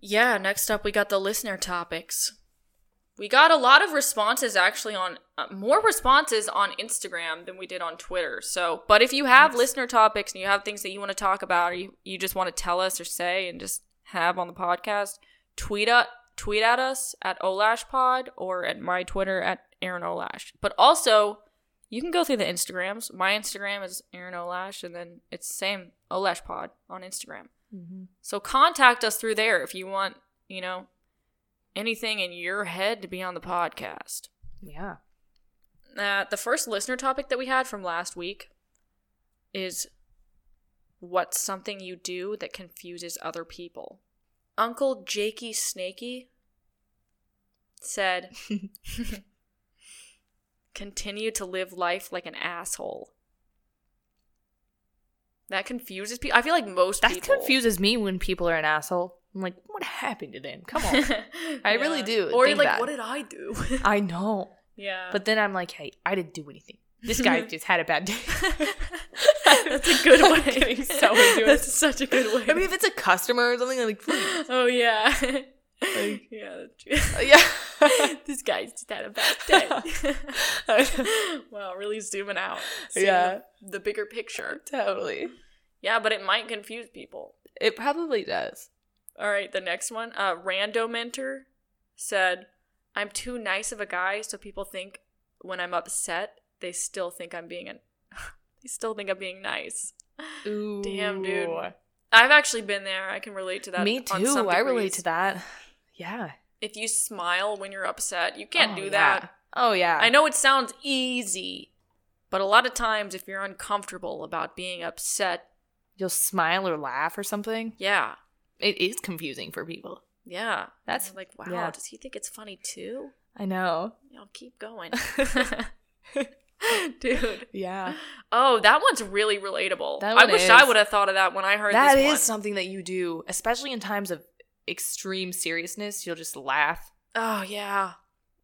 Speaker 1: Yeah, next up we got the listener topics. We got a lot of responses actually on uh, more responses on Instagram than we did on Twitter. So, but if you have
Speaker 2: Nice.
Speaker 1: listener topics and you have things that you want to talk about or you, you just want to tell us or say and just have on the podcast, tweet at tweet at us at olashpod or at my Twitter at Aaron Olash. But also, you can go through the Instagrams. My Instagram is Aaron Olash and then it's same Olash Pod on Instagram.
Speaker 2: Mm-hmm.
Speaker 1: So contact us through there if you want, you know, anything in your head to be on the podcast.
Speaker 2: Yeah.
Speaker 1: Uh, the first listener topic that we had from last week is what's something you do that confuses other people? Uncle Jakey Snakey said, continue to live life like an asshole. That confuses people. I feel like most
Speaker 2: That
Speaker 1: people.
Speaker 2: confuses me when people are an asshole. I'm like, what happened to them? Come on. I really do
Speaker 1: Or
Speaker 2: think
Speaker 1: like,
Speaker 2: that.
Speaker 1: what did I do?
Speaker 2: I know.
Speaker 1: yeah,
Speaker 2: But then I'm like, hey, I didn't do anything. This guy just had a bad day.
Speaker 1: that's a good
Speaker 2: I'm
Speaker 1: way.
Speaker 2: getting so into it.
Speaker 1: That's such a good way.
Speaker 2: I mean, if it's a customer or something, I'm like, please.
Speaker 1: oh yeah,
Speaker 2: Like-
Speaker 1: yeah. that's true.
Speaker 2: yeah.
Speaker 1: this guy's just had a bad day. wow, really zooming out. seeing
Speaker 2: Yeah.
Speaker 1: the, the bigger picture.
Speaker 2: totally.
Speaker 1: Yeah, but it might confuse people.
Speaker 2: It probably does.
Speaker 1: All right, the next one. Uh, Rando Mentor said, "I'm too nice of a guy, so people think when I'm upset, they still think I'm being an, they still think I'm being nice."
Speaker 2: Ooh.
Speaker 1: Damn, dude. I've actually been there. I can relate to that.
Speaker 2: Me
Speaker 1: on
Speaker 2: too.
Speaker 1: some
Speaker 2: I relate
Speaker 1: degrees.
Speaker 2: to that. Yeah.
Speaker 1: If you smile when you're upset, you can't
Speaker 2: Oh,
Speaker 1: do
Speaker 2: yeah.
Speaker 1: that.
Speaker 2: Oh, yeah.
Speaker 1: I know it sounds easy, but a lot of times if you're uncomfortable about being upset,
Speaker 2: You'll smile or laugh or something.
Speaker 1: yeah,
Speaker 2: It is confusing for people.
Speaker 1: yeah,
Speaker 2: That's-
Speaker 1: You're like, wow,
Speaker 2: yeah.
Speaker 1: does he think it's funny too?
Speaker 2: I know.
Speaker 1: I'll keep going, dude.
Speaker 2: Yeah.
Speaker 1: Oh, that one's really relatable.
Speaker 2: That
Speaker 1: I
Speaker 2: one
Speaker 1: wish I
Speaker 2: is.
Speaker 1: would have thought of that when I heard
Speaker 2: That
Speaker 1: this
Speaker 2: is
Speaker 1: one.
Speaker 2: something that you do, especially in times of extreme seriousness. You'll just laugh.
Speaker 1: Oh yeah,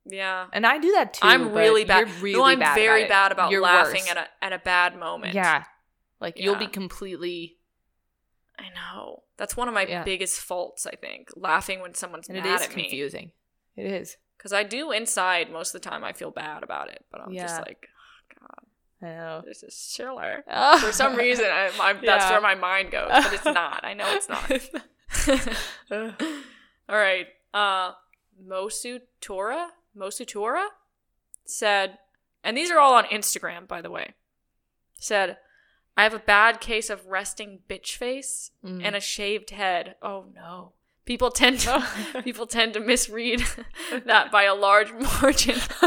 Speaker 1: yeah.
Speaker 2: And I do that too.
Speaker 1: I'm
Speaker 2: but
Speaker 1: really bad.
Speaker 2: You're really
Speaker 1: no, I'm
Speaker 2: bad about
Speaker 1: very
Speaker 2: it.
Speaker 1: bad about
Speaker 2: You're
Speaker 1: laughing
Speaker 2: worse.
Speaker 1: at a at a bad moment.
Speaker 2: Yeah. Like you'll be
Speaker 1: Yeah.
Speaker 2: completely
Speaker 1: I know. That's one of my
Speaker 2: Yeah.
Speaker 1: biggest faults. I think laughing when someone's
Speaker 2: and it
Speaker 1: mad
Speaker 2: is
Speaker 1: at me
Speaker 2: confusing. It is.
Speaker 1: because I do inside most of the time. I feel bad about it, but I'm just
Speaker 2: Yeah.
Speaker 1: like,
Speaker 2: I know.
Speaker 1: this is chiller.
Speaker 2: Oh.
Speaker 1: For some reason, I, my, that's
Speaker 2: Yeah.
Speaker 1: where my mind goes, but it's not. I know it's not.
Speaker 2: not.
Speaker 1: All right. Uh Mosu Tora? Mosu Tora said and these are all on Instagram, by the way. Said, I have a bad case of resting bitch face
Speaker 2: Mm.
Speaker 1: and a shaved head. Oh no. People tend to people tend to misread that by a large margin.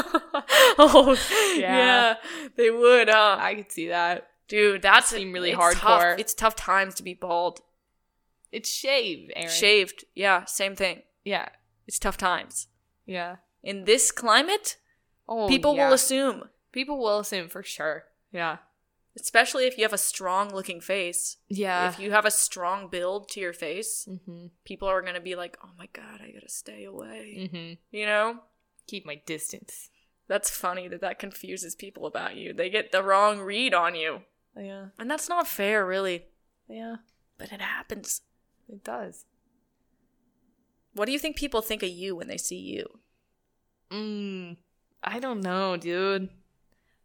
Speaker 1: oh yeah.
Speaker 2: Yeah.
Speaker 1: They would, uh, huh?
Speaker 2: I could see that.
Speaker 1: Dude, that's
Speaker 2: Seem really
Speaker 1: it's
Speaker 2: hardcore.
Speaker 1: Tough. It's tough times to be bald.
Speaker 2: It's shave, Aaron.
Speaker 1: Shaved, yeah, same thing.
Speaker 2: Yeah.
Speaker 1: It's tough times.
Speaker 2: Yeah.
Speaker 1: In this climate,
Speaker 2: Oh,
Speaker 1: people
Speaker 2: yeah.
Speaker 1: will assume,
Speaker 2: people will assume for sure. Yeah.
Speaker 1: especially if you have a strong looking face.
Speaker 2: Yeah.
Speaker 1: If you have a strong build to your face,
Speaker 2: hmm
Speaker 1: people are going to be like, oh my God, I got to stay away.
Speaker 2: hmm
Speaker 1: You know?
Speaker 2: Keep my distance.
Speaker 1: That's funny that that confuses people about you. They get the wrong read on you.
Speaker 2: Yeah.
Speaker 1: And that's not fair, really.
Speaker 2: Yeah.
Speaker 1: But it happens.
Speaker 2: It does.
Speaker 1: What do you think people think of you when they see you?
Speaker 2: Mm, I don't know, dude.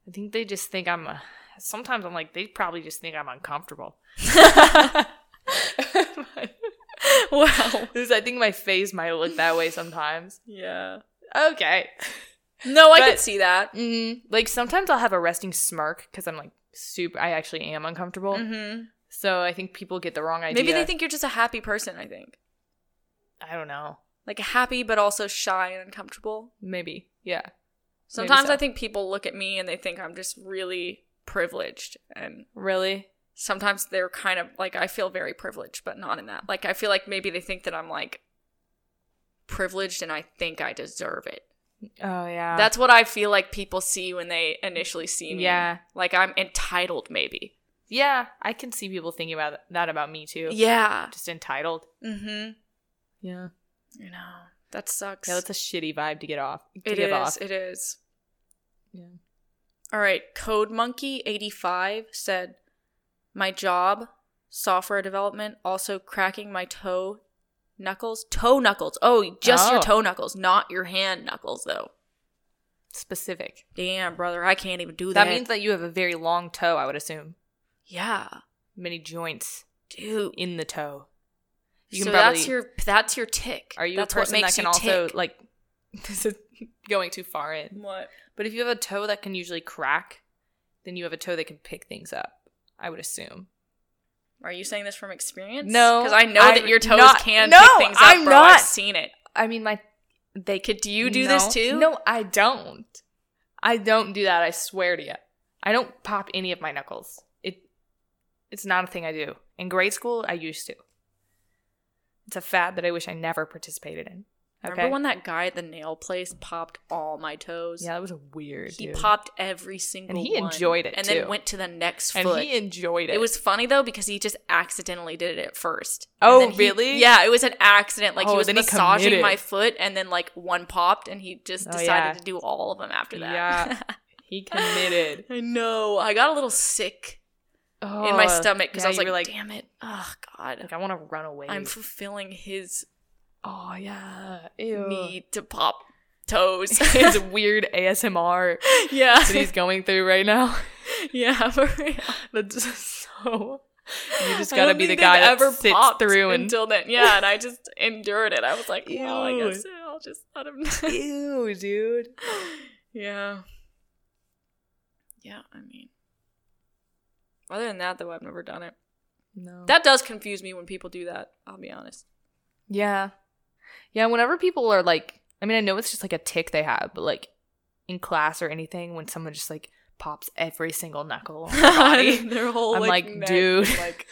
Speaker 2: I think they just think I'm. A, sometimes I'm like, they probably just think I'm uncomfortable.
Speaker 1: wow.
Speaker 2: This- I think my face might look that way sometimes.
Speaker 1: Yeah.
Speaker 2: Okay.
Speaker 1: No, I
Speaker 2: But-
Speaker 1: can see that.
Speaker 2: Mm, like sometimes I'll have a resting smirk because I'm like super. I actually am uncomfortable.
Speaker 1: hmm
Speaker 2: So I think people get the wrong Mm-hmm. idea.
Speaker 1: Maybe they think you're just a happy person, I think.
Speaker 2: I don't know.
Speaker 1: Like happy, but also shy and uncomfortable.
Speaker 2: Maybe. Yeah.
Speaker 1: Sometimes
Speaker 2: so.
Speaker 1: I think people look at me and they think I'm just really privileged. And
Speaker 2: Really.
Speaker 1: sometimes they're kind of like, I feel very privileged, but not in that. Like, I feel like maybe they think that I'm like privileged and I think I deserve it.
Speaker 2: Oh yeah.
Speaker 1: That's what I feel like people see when they initially see me.
Speaker 2: yeah.
Speaker 1: Like I'm entitled, maybe.
Speaker 2: Yeah, I can see people thinking about th- that about me too.
Speaker 1: Yeah.
Speaker 2: Just entitled.
Speaker 1: Mm hmm.
Speaker 2: Yeah.
Speaker 1: You know, that sucks.
Speaker 2: Mm-hmm. Yeah, that's a shitty vibe to get off. To
Speaker 1: it
Speaker 2: give
Speaker 1: is.
Speaker 2: off.
Speaker 1: It is.
Speaker 2: Yeah.
Speaker 1: All right. Code Monkey 85 said, My job, software development, also cracking my toe knuckles. Toe knuckles. Oh, just your
Speaker 2: Oh.
Speaker 1: toe knuckles, not your hand knuckles, though.
Speaker 2: Specific.
Speaker 1: Damn, brother. I can't even do that.
Speaker 2: That means that you have a very long toe, I would assume.
Speaker 1: Yeah.
Speaker 2: Many joints
Speaker 1: Dude.
Speaker 2: in the toe. You
Speaker 1: so
Speaker 2: can probably
Speaker 1: that's your that's your tick.
Speaker 2: Are you
Speaker 1: that's
Speaker 2: a person that can also
Speaker 1: tick.
Speaker 2: like this is going too far in.
Speaker 1: what?
Speaker 2: But if you have a toe that can usually crack, then you have a toe that can pick things up. I would assume.
Speaker 1: Are you saying this from experience?
Speaker 2: No,
Speaker 1: because I know
Speaker 2: I'm
Speaker 1: that your toes
Speaker 2: not-
Speaker 1: can
Speaker 2: No,
Speaker 1: pick things up.
Speaker 2: I'm
Speaker 1: bro.
Speaker 2: not.
Speaker 1: I've seen it.
Speaker 2: I mean my they
Speaker 1: Could do you do this
Speaker 2: No.
Speaker 1: too?
Speaker 2: No, I don't. I don't do that. I swear to you. I don't pop any of my knuckles. It it's not a thing I do. In grade school, I used to. It's a fad that I wish I never participated in. Okay?
Speaker 1: Remember when that guy at the nail place popped all my toes?
Speaker 2: Yeah, that was weird.
Speaker 1: He
Speaker 2: dude.
Speaker 1: popped every
Speaker 2: And
Speaker 1: single
Speaker 2: he
Speaker 1: one,
Speaker 2: enjoyed it,
Speaker 1: and
Speaker 2: too.
Speaker 1: then went to the next
Speaker 2: and
Speaker 1: foot.
Speaker 2: he enjoyed it.
Speaker 1: it was funny though because he just accidentally did it at first. And
Speaker 2: Oh,
Speaker 1: then he-
Speaker 2: really?
Speaker 1: Yeah, it was an accident. Like he
Speaker 2: Oh,
Speaker 1: was
Speaker 2: then he
Speaker 1: massaging
Speaker 2: committed.
Speaker 1: my foot, and then like one popped, and he just
Speaker 2: Oh,
Speaker 1: decided
Speaker 2: yeah.
Speaker 1: to do all of them after that.
Speaker 2: Yeah. he committed
Speaker 1: I know. I got a little sick in my
Speaker 2: Ugh.
Speaker 1: stomach because
Speaker 2: Oh, yeah,
Speaker 1: I was
Speaker 2: you
Speaker 1: like,
Speaker 2: were like-
Speaker 1: damn it. Oh, God.
Speaker 2: Like, I want to run away.
Speaker 1: I'm fulfilling his
Speaker 2: oh yeah, ew.
Speaker 1: need to pop toes.
Speaker 2: His weird ASMR
Speaker 1: yeah.
Speaker 2: that he's going through right now.
Speaker 1: Yeah, for real.
Speaker 2: That's just so. You just
Speaker 1: I
Speaker 2: gotta
Speaker 1: don't
Speaker 2: be the
Speaker 1: think
Speaker 2: guy
Speaker 1: they've
Speaker 2: that sits
Speaker 1: popped
Speaker 2: through and.
Speaker 1: until then. Yeah, and I just endured it. I was like, well, I
Speaker 2: Ew.
Speaker 1: guess I'll just let him know.
Speaker 2: Ew, dude.
Speaker 1: yeah. Yeah, I mean. Other than that, though, I've never done it.
Speaker 2: No.
Speaker 1: That does confuse me when people do that, I'll be honest.
Speaker 2: yeah. Yeah, whenever people are like, I mean, I know it's just like a tick they have, but like in class or anything, when someone just like pops every single knuckle on their body,
Speaker 1: their whole
Speaker 2: I'm
Speaker 1: like,
Speaker 2: like,
Speaker 1: neck,
Speaker 2: dude,
Speaker 1: like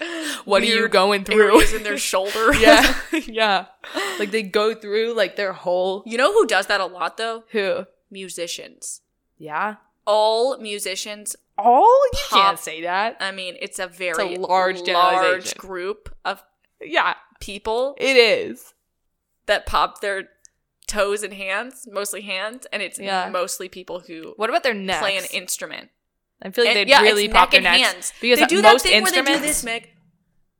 Speaker 2: what are you
Speaker 1: weird
Speaker 2: going through?
Speaker 1: areas in their shoulder.
Speaker 2: yeah, yeah. Like they go through like their whole
Speaker 1: you know who does that a lot though?
Speaker 2: who?
Speaker 1: Musicians.
Speaker 2: Yeah.
Speaker 1: All musicians.
Speaker 2: All you
Speaker 1: Pop-
Speaker 2: can't say that.
Speaker 1: I mean, it's a very
Speaker 2: large
Speaker 1: large
Speaker 2: generalization.
Speaker 1: group of
Speaker 2: Yeah,
Speaker 1: people
Speaker 2: it is.
Speaker 1: that pop their toes and hands, mostly hands, and it's
Speaker 2: Yeah.
Speaker 1: mostly people who
Speaker 2: What about their necks?
Speaker 1: play an instrument.
Speaker 2: I feel like
Speaker 1: And-
Speaker 2: they'd
Speaker 1: yeah,
Speaker 2: really
Speaker 1: it's
Speaker 2: pop
Speaker 1: neck
Speaker 2: their
Speaker 1: and
Speaker 2: necks
Speaker 1: hands.
Speaker 2: because
Speaker 1: they do
Speaker 2: most
Speaker 1: that thing
Speaker 2: instruments.
Speaker 1: where they do this, Meg.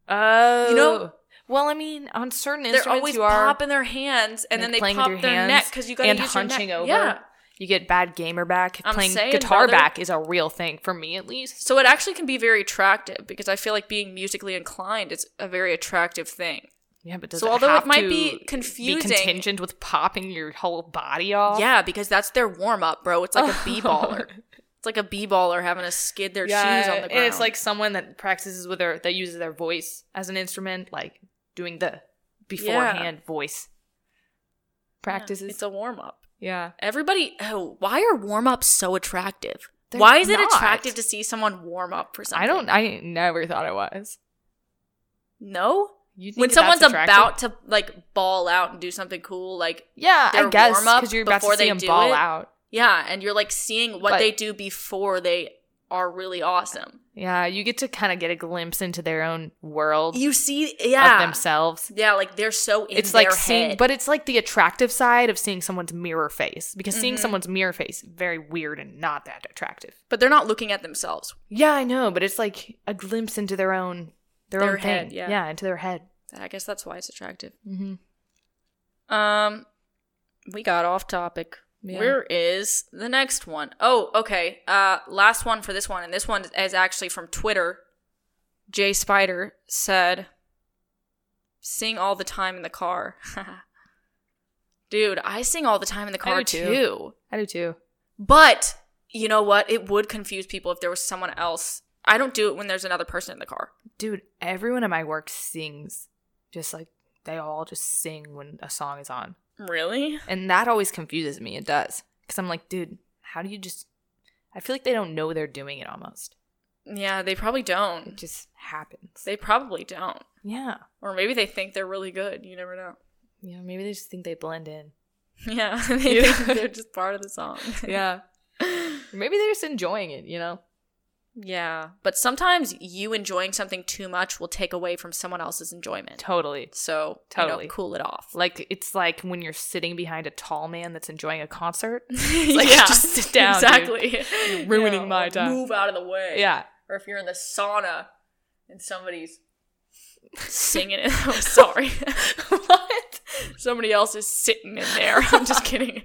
Speaker 2: Oh,
Speaker 1: know-
Speaker 2: Well, I mean, on certain
Speaker 1: They're
Speaker 2: instruments
Speaker 1: always
Speaker 2: you are
Speaker 1: popping their hands,
Speaker 2: and
Speaker 1: and, then they
Speaker 2: playing with
Speaker 1: pop
Speaker 2: your
Speaker 1: their
Speaker 2: hands
Speaker 1: neck because you got to
Speaker 2: and
Speaker 1: use your neck.
Speaker 2: hunching over.
Speaker 1: Yeah.
Speaker 2: You get bad gamer back.
Speaker 1: I'm
Speaker 2: Playing
Speaker 1: saying,
Speaker 2: guitar
Speaker 1: brother.
Speaker 2: back is a real thing for me, at least.
Speaker 1: So it actually can be very attractive because I feel like being musically inclined is a very attractive thing.
Speaker 2: Yeah, but does
Speaker 1: So
Speaker 2: it
Speaker 1: although it
Speaker 2: have
Speaker 1: might
Speaker 2: to
Speaker 1: be
Speaker 2: be
Speaker 1: confusing-
Speaker 2: contingent with popping your whole body off?
Speaker 1: Yeah, because that's their warm up, bro. It's like a b baller. It's like a b baller having to skid their shoes on the ground.
Speaker 2: and it's like someone that practices with their that uses their voice as an instrument, like doing the beforehand voice practices.
Speaker 1: It's a warm up.
Speaker 2: yeah,
Speaker 1: Everybody, oh, why are warm ups so attractive?
Speaker 2: They're
Speaker 1: why is it
Speaker 2: not.
Speaker 1: attractive to see someone warm up for something?
Speaker 2: I don't. I never thought it was.
Speaker 1: know.
Speaker 2: You think
Speaker 1: When
Speaker 2: that that's
Speaker 1: someone's
Speaker 2: attractive?
Speaker 1: about to like ball out and do something cool, like
Speaker 2: yeah, I
Speaker 1: their
Speaker 2: guess
Speaker 1: warm-up
Speaker 2: because you're about
Speaker 1: before
Speaker 2: to see
Speaker 1: they
Speaker 2: them
Speaker 1: do
Speaker 2: ball
Speaker 1: it.
Speaker 2: out.
Speaker 1: yeah, and you're like seeing what
Speaker 2: But-
Speaker 1: they do before they are really awesome.
Speaker 2: Yeah, you get to kind of get a glimpse into their own world
Speaker 1: You see, yeah,
Speaker 2: of themselves.
Speaker 1: Yeah, like they're so in
Speaker 2: It's
Speaker 1: their
Speaker 2: like seeing,
Speaker 1: head.
Speaker 2: but it's like the attractive side of seeing someone's mirror face because seeing
Speaker 1: Mhm.
Speaker 2: someone's mirror face very weird and not that attractive.
Speaker 1: but they're not looking at themselves.
Speaker 2: Yeah, I know, but it's like a glimpse into their own their,
Speaker 1: Their
Speaker 2: own
Speaker 1: head,
Speaker 2: thing.
Speaker 1: yeah.
Speaker 2: into their head.
Speaker 1: And I guess that's why it's attractive.
Speaker 2: Mm-hmm.
Speaker 1: Um, we got off topic.
Speaker 2: Yeah.
Speaker 1: Where is the next one? Oh, okay. Uh, last one for this one, and this one is actually from Twitter. Jay Spider said, "Sing all the time in the car." Dude, I sing all the time in the
Speaker 2: do
Speaker 1: car too.
Speaker 2: too. I do too.
Speaker 1: But you know what? It would confuse people if there was someone else. I don't do it when there's another person in the car.
Speaker 2: Dude, everyone at my work sings. Just like they all just sing when a song is on.
Speaker 1: Really?
Speaker 2: And that always confuses me. It does. Because I'm like, dude, how do you just. I feel like they don't know they're doing it almost.
Speaker 1: Yeah, they probably
Speaker 2: It
Speaker 1: don't.
Speaker 2: just happens.
Speaker 1: They probably don't.
Speaker 2: yeah.
Speaker 1: Or maybe they think they're really good. You never know.
Speaker 2: You know, maybe they just think they blend in.
Speaker 1: Yeah, they
Speaker 2: Yeah.
Speaker 1: think they're just part of the song.
Speaker 2: yeah. Maybe they're just enjoying it, you know?
Speaker 1: yeah, but sometimes you enjoying something too much will take away from someone else's enjoyment.
Speaker 2: Totally.
Speaker 1: So
Speaker 2: Totally.
Speaker 1: you know, cool it off.
Speaker 2: Like it's like when you're sitting behind a tall man that's enjoying a concert.
Speaker 1: like
Speaker 2: Yeah, dude.
Speaker 1: Exactly.
Speaker 2: You're ruining
Speaker 1: Yeah,
Speaker 2: my
Speaker 1: or
Speaker 2: time.
Speaker 1: Move out of the way.
Speaker 2: Yeah.
Speaker 1: Or if you're in the sauna and somebody's singing it. I'm sorry. what? Somebody else is sitting in there. I'm just kidding.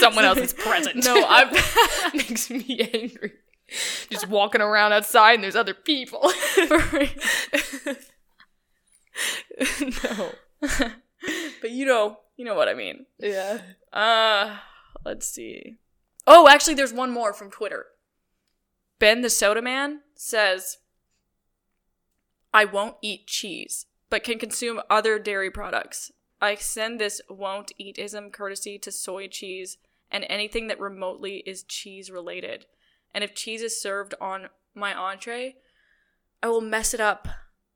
Speaker 2: Someone else is present.
Speaker 1: No, I'm
Speaker 2: makes me angry. Just walking around outside and there's other people. no.
Speaker 1: but you know, you know what I mean.
Speaker 2: Yeah.
Speaker 1: Uh, let's see. Oh, actually, there's one more from Twitter. Ben the Soda Man says, I won't eat cheese, but can consume other dairy products. I extend this won't eat ism courtesy to soy cheese and anything that remotely is cheese related. And if cheese is served on my entree, I will mess it up.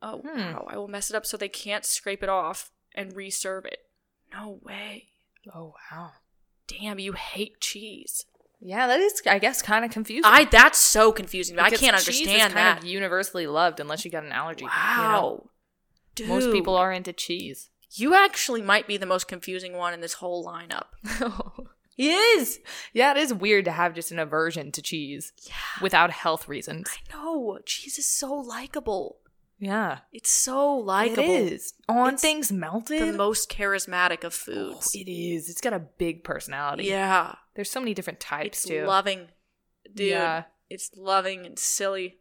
Speaker 1: Oh,
Speaker 2: Hmm.
Speaker 1: wow. I will mess it up so they can't scrape it off and reserve it. No way
Speaker 2: Oh wow.
Speaker 1: damn you hate cheese
Speaker 2: Yeah, that is I guess kind of confusing.
Speaker 1: i that's so confusing to me. i
Speaker 2: Because
Speaker 1: can't
Speaker 2: cheese is
Speaker 1: understand
Speaker 2: kind
Speaker 1: that
Speaker 2: of universally loved unless you got an allergy. you know?
Speaker 1: wow Dude,
Speaker 2: Most people are into cheese.
Speaker 1: you actually might be the most confusing one in this whole lineup
Speaker 2: He is. Yeah, it is weird to have just an aversion to cheese
Speaker 1: yeah
Speaker 2: without health reasons.
Speaker 1: i know cheese is so likable
Speaker 2: Yeah.
Speaker 1: it's so
Speaker 2: It
Speaker 1: likable
Speaker 2: is. On
Speaker 1: It's
Speaker 2: things
Speaker 1: the
Speaker 2: melted.
Speaker 1: most charismatic of
Speaker 2: Oh,
Speaker 1: foods
Speaker 2: it is. It's got a big personality.
Speaker 1: yeah
Speaker 2: There's so many different types
Speaker 1: it's
Speaker 2: too.
Speaker 1: loving dude
Speaker 2: Yeah.
Speaker 1: it's loving and silly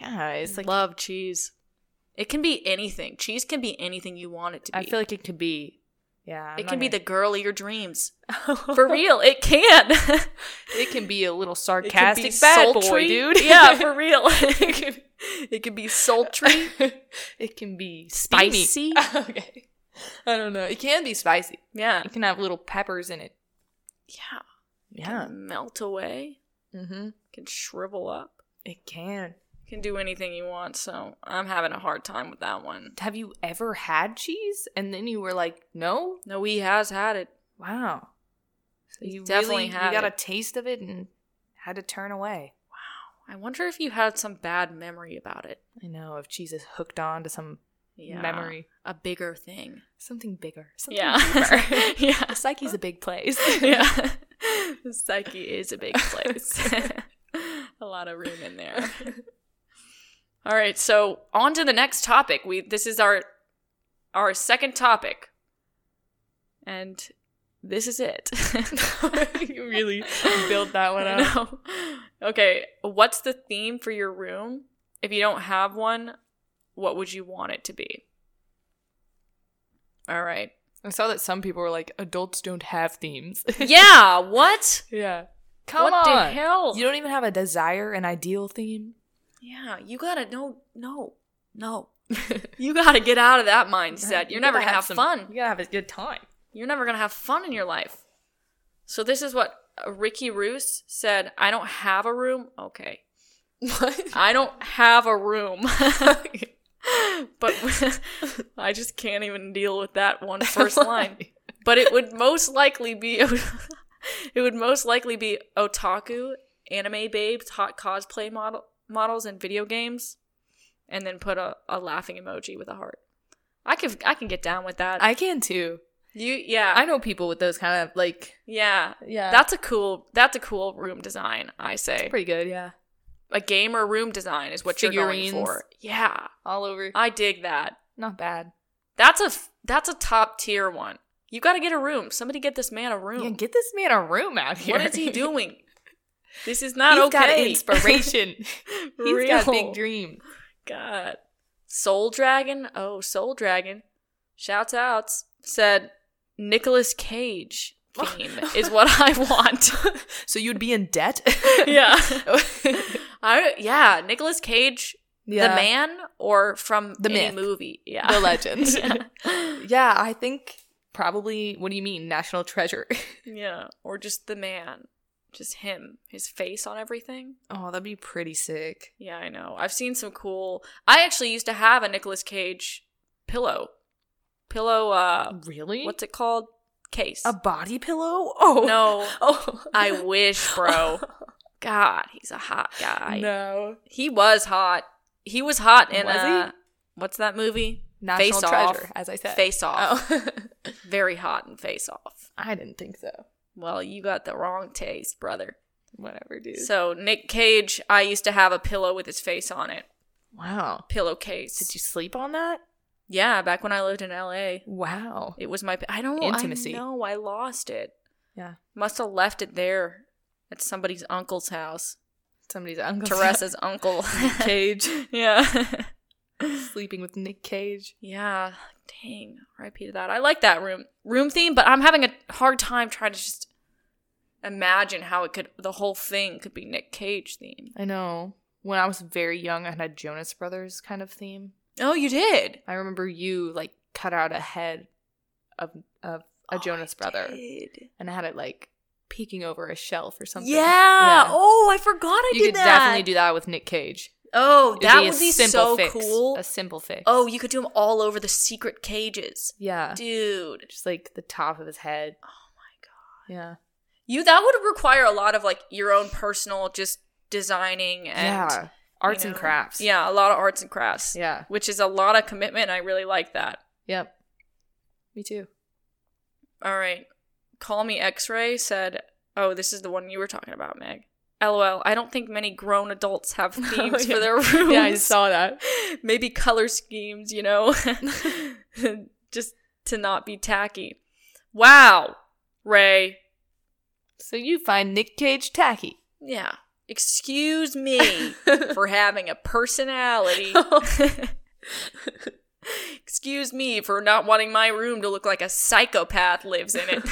Speaker 2: Yeah, it's like
Speaker 1: love cheese it can be anything cheese can be anything you want it to be
Speaker 2: I feel like it could be. Yeah.
Speaker 1: it can be the girl of your dreams
Speaker 2: the
Speaker 1: for real it can
Speaker 2: It can be a little
Speaker 1: It could
Speaker 2: sarcastic
Speaker 1: be
Speaker 2: bad
Speaker 1: sultry.
Speaker 2: boy, dude.
Speaker 1: Yeah, for real. it, could, it could be sultry.
Speaker 2: it can be steamy.
Speaker 1: Spicy.
Speaker 2: okay. I don't know. It can be spicy.
Speaker 1: Yeah.
Speaker 2: It can have little peppers in it.
Speaker 1: Yeah.
Speaker 2: Yeah.
Speaker 1: Can melt away.
Speaker 2: Mm-hmm.
Speaker 1: Can shrivel up.
Speaker 2: It can.
Speaker 1: Can do anything you want. So I'm having a hard time with that one.
Speaker 2: Have you ever had cheese and then you were like, no?
Speaker 1: No, he has had it.
Speaker 2: Wow. So
Speaker 1: He's
Speaker 2: you
Speaker 1: definitely
Speaker 2: really,
Speaker 1: had
Speaker 2: you got
Speaker 1: it.
Speaker 2: a taste of it and had to turn away.
Speaker 1: I wonder if you had some bad memory about it.
Speaker 2: I know if cheese is hooked on to some
Speaker 1: Yeah.
Speaker 2: memory,
Speaker 1: A bigger thing.
Speaker 2: something bigger, something
Speaker 1: Yeah.
Speaker 2: deeper.
Speaker 1: yeah.
Speaker 2: the psyche's a big place.
Speaker 1: Yeah. The psyche is a big place. a lot of room in there. All right, so on to the next topic. We this is our our second topic. And this is it.
Speaker 2: you really built that one up.
Speaker 1: I know. Okay, what's the theme for your room? If you don't have one, what would you want it to be? All right.
Speaker 2: I saw that some people were like, adults don't have themes.
Speaker 1: Yeah, what?
Speaker 2: yeah. Come
Speaker 1: what
Speaker 2: on.
Speaker 1: the hell?
Speaker 2: You don't even have a desire, an ideal theme.
Speaker 1: yeah, you got to no no. No. you got to get out of that mindset. You're never going to have
Speaker 2: some-
Speaker 1: fun.
Speaker 2: You gotta have a good time.
Speaker 1: you're never going to have fun in your life. So this is what uh, Ricky Roos said, I don't have a room. Okay.
Speaker 2: What?
Speaker 1: I don't have a room. but I just can't even deal with that one first line. But it would most likely be it would most likely be otaku, anime babes, hot cosplay model models and video games and then put a, a laughing emoji with a heart. I can I can get down with that.
Speaker 2: I can too.
Speaker 1: you yeah.
Speaker 2: I know people with those kind of like.
Speaker 1: yeah.
Speaker 2: Yeah. That's
Speaker 1: That's a cool. That's a cool room design. I say
Speaker 2: pretty good. Yeah.
Speaker 1: a gamer room design is what
Speaker 2: Figurines.
Speaker 1: you're going for. Yeah,
Speaker 2: All over.
Speaker 1: I dig that.
Speaker 2: Not bad.
Speaker 1: That's a f- that's a top tier one. You got to get a room. Somebody get this man a
Speaker 2: Yeah,
Speaker 1: room.
Speaker 2: get this man a room out here.
Speaker 1: what is he doing? This is not
Speaker 2: He's
Speaker 1: okay.
Speaker 2: got inspiration. He's
Speaker 1: Real.
Speaker 2: got big dreams.
Speaker 1: God. Soul Dragon. Oh, Soul Dragon. Shouts outs said Nicolas Cage theme is what I want.
Speaker 2: So you'd be in debt.
Speaker 1: yeah. I yeah, Nicolas Cage the
Speaker 2: man,
Speaker 1: man or from
Speaker 2: The
Speaker 1: the
Speaker 2: myth.
Speaker 1: movie. Yeah.
Speaker 2: the legend. yeah.
Speaker 1: yeah.
Speaker 2: I think probably. What do you mean, national treasure?
Speaker 1: Yeah. Or just the man. Just him. His face on everything.
Speaker 2: Oh, that'd be pretty sick.
Speaker 1: Yeah, I know. I've seen some cool I actually used to have a Nicolas Cage pillow. Pillow uh
Speaker 2: Really?
Speaker 1: what's it called? case.
Speaker 2: A body pillow? Oh.
Speaker 1: no,
Speaker 2: Oh.
Speaker 1: I wish, bro. God, he's a hot guy.
Speaker 2: No.
Speaker 1: He was hot. He was hot in
Speaker 2: Was he?
Speaker 1: uh, what's that movie?
Speaker 2: National
Speaker 1: Face off.
Speaker 2: treasure, as I said.
Speaker 1: Face Off.
Speaker 2: Oh.
Speaker 1: Very hot in Face Off.
Speaker 2: I didn't think so.
Speaker 1: Well, you got the wrong taste, brother.
Speaker 2: Whatever, dude.
Speaker 1: So Nick Cage, I used to have a pillow with his face on it.
Speaker 2: wow.
Speaker 1: Pillowcase.
Speaker 2: Did you sleep on that?
Speaker 1: Yeah, back when I lived in L.A.,
Speaker 2: Wow.
Speaker 1: it was my. I don't
Speaker 2: Intimacy.
Speaker 1: I know I lost it.
Speaker 2: Yeah.
Speaker 1: Must have left it there at somebody's uncle's house.
Speaker 2: Somebody's uncle
Speaker 1: Teresa's uncle.
Speaker 2: Cage
Speaker 1: yeah.
Speaker 2: sleeping with Nick Cage.
Speaker 1: Yeah, dang. R.I.P. to that. I like that room room theme, but I'm having a hard time trying to just imagine how it could the whole thing could be Nick Cage themed.
Speaker 2: I know. When I was very young, I had a Jonas Brothers kind of theme.
Speaker 1: Oh, you did
Speaker 2: I remember you like cut out a head of of a
Speaker 1: Oh,
Speaker 2: Jonas
Speaker 1: I
Speaker 2: brother,
Speaker 1: did.
Speaker 2: and I had it like peeking over a shelf or
Speaker 1: Yeah.
Speaker 2: something.
Speaker 1: Oh, I forgot I
Speaker 2: you
Speaker 1: did
Speaker 2: could
Speaker 1: that.
Speaker 2: definitely do that with Nick Cage.
Speaker 1: Oh,
Speaker 2: It'd
Speaker 1: that
Speaker 2: a
Speaker 1: would be
Speaker 2: simple
Speaker 1: so
Speaker 2: fix,
Speaker 1: cool.
Speaker 2: A simple fix.
Speaker 1: Oh, you could do them all over the secret cages,
Speaker 2: yeah,
Speaker 1: dude.
Speaker 2: just like the top of his head.
Speaker 1: Oh my god.
Speaker 2: Yeah,
Speaker 1: You that would require a lot of like your own personal just designing and
Speaker 2: yeah.
Speaker 1: you
Speaker 2: Arts and
Speaker 1: know,
Speaker 2: crafts.
Speaker 1: Yeah, a lot of arts and crafts.
Speaker 2: yeah,
Speaker 1: Which is a lot of commitment. I really like that.
Speaker 2: yep. Me too.
Speaker 1: All right. Call Me X Ray said, Oh, this is the one you were talking about, Meg. LOL. I don't think many grown adults have themes
Speaker 2: Oh, yeah.
Speaker 1: for their rooms.
Speaker 2: Yeah, I saw that.
Speaker 1: Maybe color schemes, you know? Just to not be tacky. Wow, Ray.
Speaker 2: So you find Nick Cage tacky.
Speaker 1: Yeah. Excuse me for having a personality. Excuse me for not wanting my room to look like a psychopath lives in it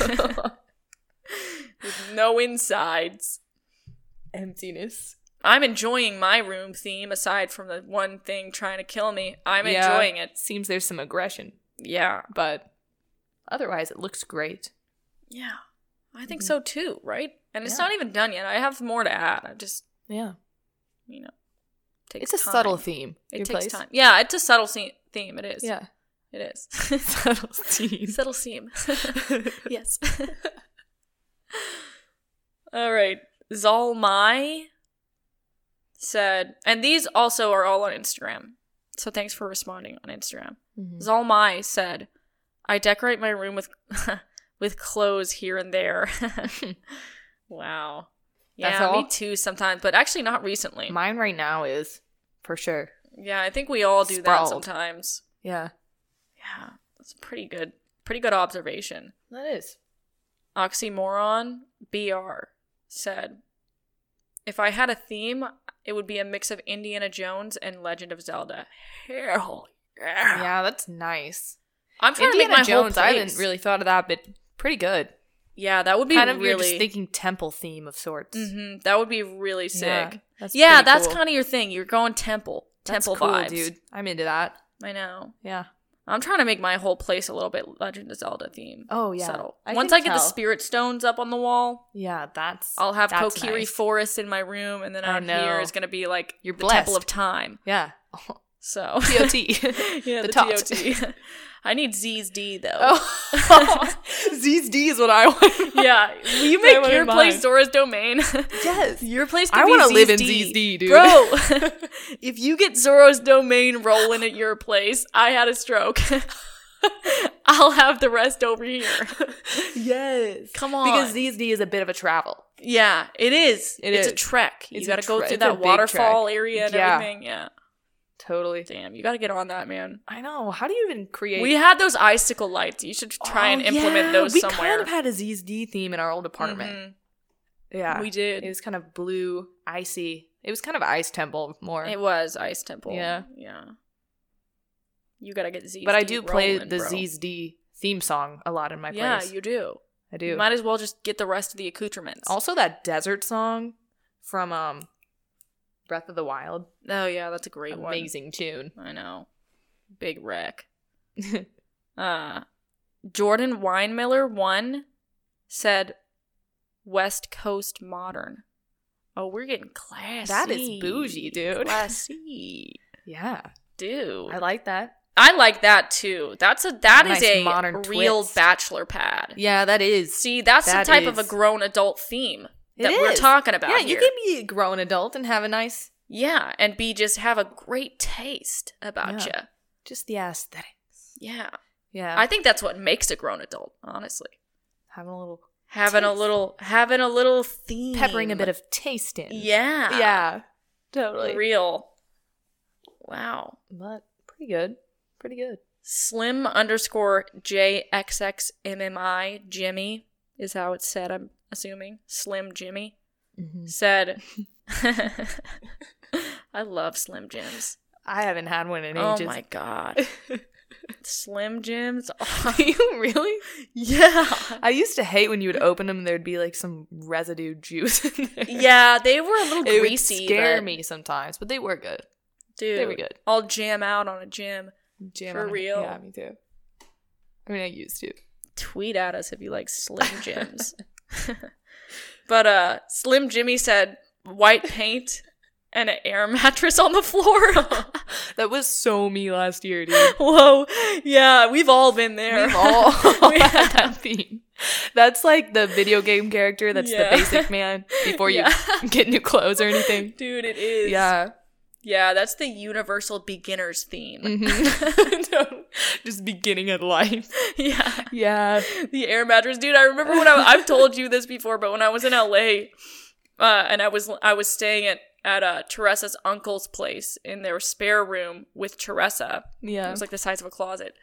Speaker 1: with no insides.
Speaker 2: Emptiness.
Speaker 1: I'm enjoying my room theme aside from the one thing trying to kill me. I'm
Speaker 2: Yeah.
Speaker 1: enjoying it.
Speaker 2: Seems there's some aggression,
Speaker 1: Yeah.
Speaker 2: but otherwise it looks great.
Speaker 1: Yeah. I think
Speaker 2: Mhm.
Speaker 1: so too, right? And it's
Speaker 2: Yeah.
Speaker 1: not even done yet. I have more to add. I just,
Speaker 2: Yeah.
Speaker 1: you know, takes
Speaker 2: it's a
Speaker 1: time.
Speaker 2: subtle theme.
Speaker 1: It
Speaker 2: Your
Speaker 1: takes
Speaker 2: place?
Speaker 1: time. Yeah, it's a subtle se- theme. It is.
Speaker 2: Yeah.
Speaker 1: It is.
Speaker 2: subtle theme.
Speaker 1: subtle theme. yes. all right. Zalmai said, and these also are all on Instagram. So thanks for responding on Instagram. Zalmai said, "I decorate my room with with clothes here and there." wow.
Speaker 2: That's
Speaker 1: Yeah,
Speaker 2: all?
Speaker 1: me too sometimes, but actually not recently.
Speaker 2: Mine right now is for sure.
Speaker 1: yeah, I think we all do that
Speaker 2: Sprawled.
Speaker 1: sometimes.
Speaker 2: Yeah.
Speaker 1: Yeah, that's pretty good. Pretty good observation.
Speaker 2: That is.
Speaker 1: Oxymoron BR said, "If I had a theme, it would be a mix of Indiana Jones and Legend of Zelda." Hell yeah.
Speaker 2: Yeah, that's nice.
Speaker 1: I'm trying to
Speaker 2: Indiana
Speaker 1: make my
Speaker 2: Jones,
Speaker 1: whole
Speaker 2: I
Speaker 1: place.
Speaker 2: haven't really thought of that, but pretty good.
Speaker 1: Yeah, that would be
Speaker 2: kind of
Speaker 1: really
Speaker 2: you're just thinking temple theme of sorts.
Speaker 1: hmm That would be really sick. Yeah, that's,
Speaker 2: Mm-hmm. pretty cool.
Speaker 1: kind of your thing. You're going temple,
Speaker 2: That's
Speaker 1: temple
Speaker 2: cool,
Speaker 1: vibes,
Speaker 2: dude. I'm into that.
Speaker 1: I know.
Speaker 2: Yeah.
Speaker 1: I'm trying to make my whole place a little bit Legend of Zelda theme.
Speaker 2: Oh yeah.
Speaker 1: subtle. Once
Speaker 2: can
Speaker 1: I get
Speaker 2: tell.
Speaker 1: the spirit stones up on the wall,
Speaker 2: Yeah, that's.
Speaker 1: I'll have
Speaker 2: that's
Speaker 1: Kokiri
Speaker 2: nice.
Speaker 1: Forest in my room, and then
Speaker 2: I
Speaker 1: out
Speaker 2: know.
Speaker 1: here is gonna be like
Speaker 2: You're
Speaker 1: the Temple of
Speaker 2: blessed.
Speaker 1: Time.
Speaker 2: Yeah.
Speaker 1: So
Speaker 2: TOT. The
Speaker 1: yeah, the,
Speaker 2: tot.
Speaker 1: TOT. I need Z's D though.
Speaker 2: oh. Z's D is what I want.
Speaker 1: Yeah, will you
Speaker 2: I
Speaker 1: make
Speaker 2: wouldn't
Speaker 1: your place
Speaker 2: mind.
Speaker 1: Zora's domain?
Speaker 2: Yes.
Speaker 1: Your place could
Speaker 2: I
Speaker 1: be
Speaker 2: want to
Speaker 1: Z's
Speaker 2: live in
Speaker 1: D.
Speaker 2: Z's D, dude.
Speaker 1: Bro, if you get Zoro's domain rolling at your place, I had a stroke. I'll have the rest over here.
Speaker 2: yes.
Speaker 1: Come on.
Speaker 2: Because Z's D is a bit of a travel.
Speaker 1: yeah, it is.
Speaker 2: It
Speaker 1: it's
Speaker 2: is.
Speaker 1: a trek. You
Speaker 2: It's a
Speaker 1: got to go
Speaker 2: tre-
Speaker 1: through
Speaker 2: it's a
Speaker 1: that
Speaker 2: big
Speaker 1: waterfall area and
Speaker 2: Yeah.
Speaker 1: everything. Yeah.
Speaker 2: Totally.
Speaker 1: Damn, you got to get on that, man.
Speaker 2: I know. How do you even create?
Speaker 1: We had those icicle lights. You should try and
Speaker 2: Oh,
Speaker 1: implement
Speaker 2: yeah.
Speaker 1: those
Speaker 2: we
Speaker 1: somewhere.
Speaker 2: kind of had Mm-hmm. a Z's D theme in our old apartment. Yeah.
Speaker 1: Mhm. We did.
Speaker 2: it was kind of blue, icy. It was kind of ice temple more.
Speaker 1: It was Ice Temple.
Speaker 2: Yeah.
Speaker 1: Yeah. You got to get Z.
Speaker 2: but I do play the
Speaker 1: bro.
Speaker 2: Z's D theme song a lot in my
Speaker 1: yeah,
Speaker 2: place.
Speaker 1: you do.
Speaker 2: I
Speaker 1: You
Speaker 2: do.
Speaker 1: might as well just get the rest of the accoutrements.
Speaker 2: Also, that desert song from um, Breath of the Wild.
Speaker 1: Oh yeah, that's a great
Speaker 2: Amazing tune.
Speaker 1: one. I know. Big wreck. Uh Jordan Weinmiller one said West Coast Modern. Oh, we're getting classy.
Speaker 2: that is bougie, dude.
Speaker 1: Classy.
Speaker 2: yeah,
Speaker 1: Dude.
Speaker 2: I like that.
Speaker 1: I like that too. That's a that is
Speaker 2: Nice
Speaker 1: a
Speaker 2: modern
Speaker 1: real
Speaker 2: twist.
Speaker 1: bachelor pad.
Speaker 2: Yeah, that is.
Speaker 1: See, that's
Speaker 2: That
Speaker 1: the type of a
Speaker 2: is-
Speaker 1: grown adult theme
Speaker 2: It
Speaker 1: that we're
Speaker 2: is.
Speaker 1: talking about
Speaker 2: Yeah,
Speaker 1: here.
Speaker 2: you can be a grown adult and have a nice,
Speaker 1: yeah, and be just have a great taste about
Speaker 2: Yeah. just the aesthetics.
Speaker 1: you. Yeah,
Speaker 2: Yeah,
Speaker 1: I think that's what makes a grown adult, honestly.
Speaker 2: having a little
Speaker 1: Having a
Speaker 2: Taste.
Speaker 1: little, having a little theme,
Speaker 2: peppering a bit of taste in.
Speaker 1: yeah,
Speaker 2: yeah, totally.
Speaker 1: real. Wow,
Speaker 2: but pretty good, pretty good.
Speaker 1: slim underscore jxxmmi Jimmy is how it's said. I'm assuming Slim Jimmy. Mm-hmm. said I love Slim Jims.
Speaker 2: I haven't had one in
Speaker 1: Oh
Speaker 2: ages.
Speaker 1: my god. Slim Jims? are-
Speaker 2: you really?
Speaker 1: yeah.
Speaker 2: I used to hate when you would open them. There'd be like some residue juice in there.
Speaker 1: Yeah, they were a little
Speaker 2: it
Speaker 1: greasy.
Speaker 2: would scare
Speaker 1: but-
Speaker 2: me sometimes, but they were good.
Speaker 1: Dude,
Speaker 2: They were good.
Speaker 1: I'll jam out on a gym.
Speaker 2: Jam
Speaker 1: For
Speaker 2: on it.
Speaker 1: real.
Speaker 2: Yeah, me too. I mean, I used to.
Speaker 1: Tweet at us if you like Slim Jims. but uh Slim Jimmy said white paint and an air mattress on the floor.
Speaker 2: That was so me last year, dude.
Speaker 1: Whoa. Yeah, we've all been there.
Speaker 2: We've all
Speaker 1: We
Speaker 2: had
Speaker 1: have.
Speaker 2: that theme. That's like the video game character. That's
Speaker 1: Yeah.
Speaker 2: the basic man before you
Speaker 1: Yeah.
Speaker 2: get new clothes or anything.
Speaker 1: Dude, it is.
Speaker 2: Yeah.
Speaker 1: Yeah, that's the universal beginners theme.
Speaker 2: Mhm. No, Just beginning of life.
Speaker 1: yeah,
Speaker 2: Yeah.
Speaker 1: the air mattress, dude. I remember when I, I've told you this before, but when I was in LA, uh, and I was I was staying at at uh, Teresa's uncle's place in their spare room with Teresa. It
Speaker 2: Yeah.
Speaker 1: was like the size of a closet.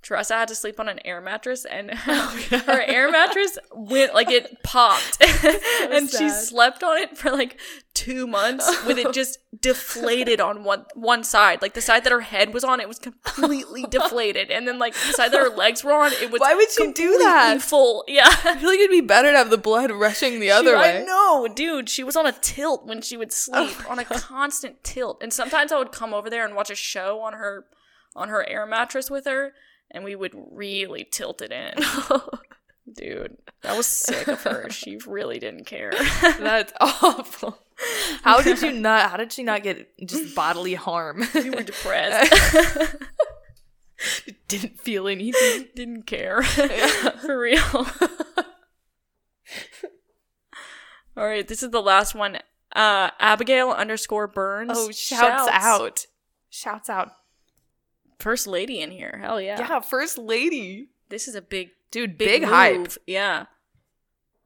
Speaker 1: Teresa had to sleep on an air mattress, and
Speaker 2: Oh, yeah.
Speaker 1: her air mattress went like it popped, and she
Speaker 2: sad.
Speaker 1: slept on it for like two months with it just deflated on one one side, like the side that her head was on, it was completely deflated, and then like the side that her legs were on, it was
Speaker 2: Why would you do
Speaker 1: completely
Speaker 2: that?
Speaker 1: full, yeah.
Speaker 2: I feel like it'd be better to have the blood rushing the other
Speaker 1: Dude,
Speaker 2: way. Oh
Speaker 1: I know, dude. She was on a tilt when she would sleep, on a constant tilt. And sometimes I would come over there and watch a show on her on her air mattress with her, and we would really tilt it in. dude, that was sick of her. She really didn't care.
Speaker 2: That's awful. How did you not? How did she not get just bodily harm?
Speaker 1: we were depressed.
Speaker 2: Didn't feel anything.
Speaker 1: didn't care. For real. All right, this is the last one. Uh, Abigail underscore Burns.
Speaker 2: Oh, shouts, out! Shouts out!
Speaker 1: First lady in here. Hell yeah.
Speaker 2: Yeah. first lady,
Speaker 1: This is a big,
Speaker 2: dude.
Speaker 1: big,
Speaker 2: Big, hype.
Speaker 1: move. Yeah.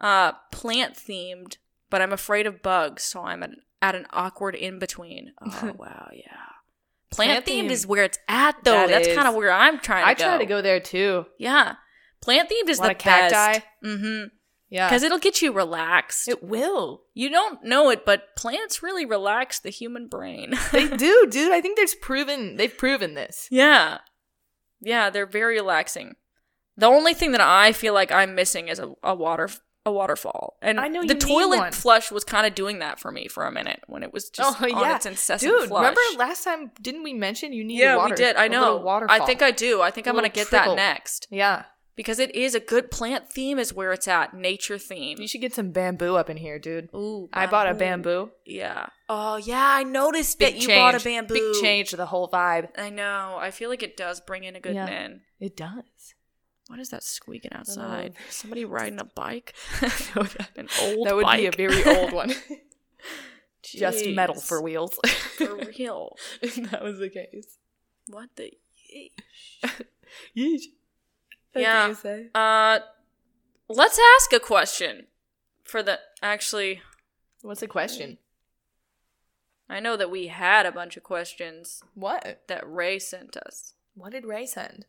Speaker 1: Uh, plant themed, but I'm afraid of bugs, so I'm at, at an awkward in between. Oh wow, yeah. Plant, themed
Speaker 2: Plant-themed.
Speaker 1: is where it's at though.
Speaker 2: That
Speaker 1: That's
Speaker 2: is.
Speaker 1: kind of where I'm trying. to
Speaker 2: I try to go there too.
Speaker 1: Yeah, plant themed is
Speaker 2: A lot
Speaker 1: the
Speaker 2: of cacti.
Speaker 1: best. Mm-hmm.
Speaker 2: Yeah,
Speaker 1: Because it'll get you relaxed.
Speaker 2: it will.
Speaker 1: you don't know it, but plants really relax the human brain.
Speaker 2: they do, dude. I think there's proven. They've proven this.
Speaker 1: Yeah. Yeah, they're very relaxing. The only thing that I feel like I'm missing is a, a water a waterfall. And
Speaker 2: I know
Speaker 1: the
Speaker 2: you need
Speaker 1: toilet
Speaker 2: one.
Speaker 1: flush was kind of doing that for me for a minute when it was just
Speaker 2: Oh,
Speaker 1: on
Speaker 2: yeah.
Speaker 1: its incessant
Speaker 2: Dude,
Speaker 1: flush.
Speaker 2: remember last time? Didn't we mention you needed
Speaker 1: yeah,
Speaker 2: water?
Speaker 1: we did. I
Speaker 2: A
Speaker 1: know.
Speaker 2: little waterfall.
Speaker 1: I think I do. I think
Speaker 2: A
Speaker 1: I'm gonna
Speaker 2: little
Speaker 1: get that
Speaker 2: trickle.
Speaker 1: next
Speaker 2: Yeah,
Speaker 1: because it is a good plant theme is where it's at. Nature theme.
Speaker 2: you should get some bamboo up in here, dude.
Speaker 1: Ooh,
Speaker 2: I bought a bamboo.
Speaker 1: Yeah. Oh yeah, I noticed that you bought a bamboo.
Speaker 2: Big change to the whole vibe.
Speaker 1: I know. I feel like it does bring in a good
Speaker 2: Yeah.
Speaker 1: man.
Speaker 2: It does.
Speaker 1: What is that squeaking
Speaker 2: know.
Speaker 1: outside? Somebody riding a bike?
Speaker 2: No, that-
Speaker 1: An old
Speaker 2: that would be a
Speaker 1: bike?
Speaker 2: very old one. Just metal
Speaker 1: Jeez.
Speaker 2: for wheels.
Speaker 1: for real.
Speaker 2: if that was the case.
Speaker 1: What the?
Speaker 2: Yeesh. That's
Speaker 1: Yeah.
Speaker 2: What you say.
Speaker 1: Uh, let's ask a question. For the actually,
Speaker 2: What's the question?
Speaker 1: I know that we had a bunch of questions
Speaker 2: What?
Speaker 1: that Ray sent us.
Speaker 2: What did Ray send?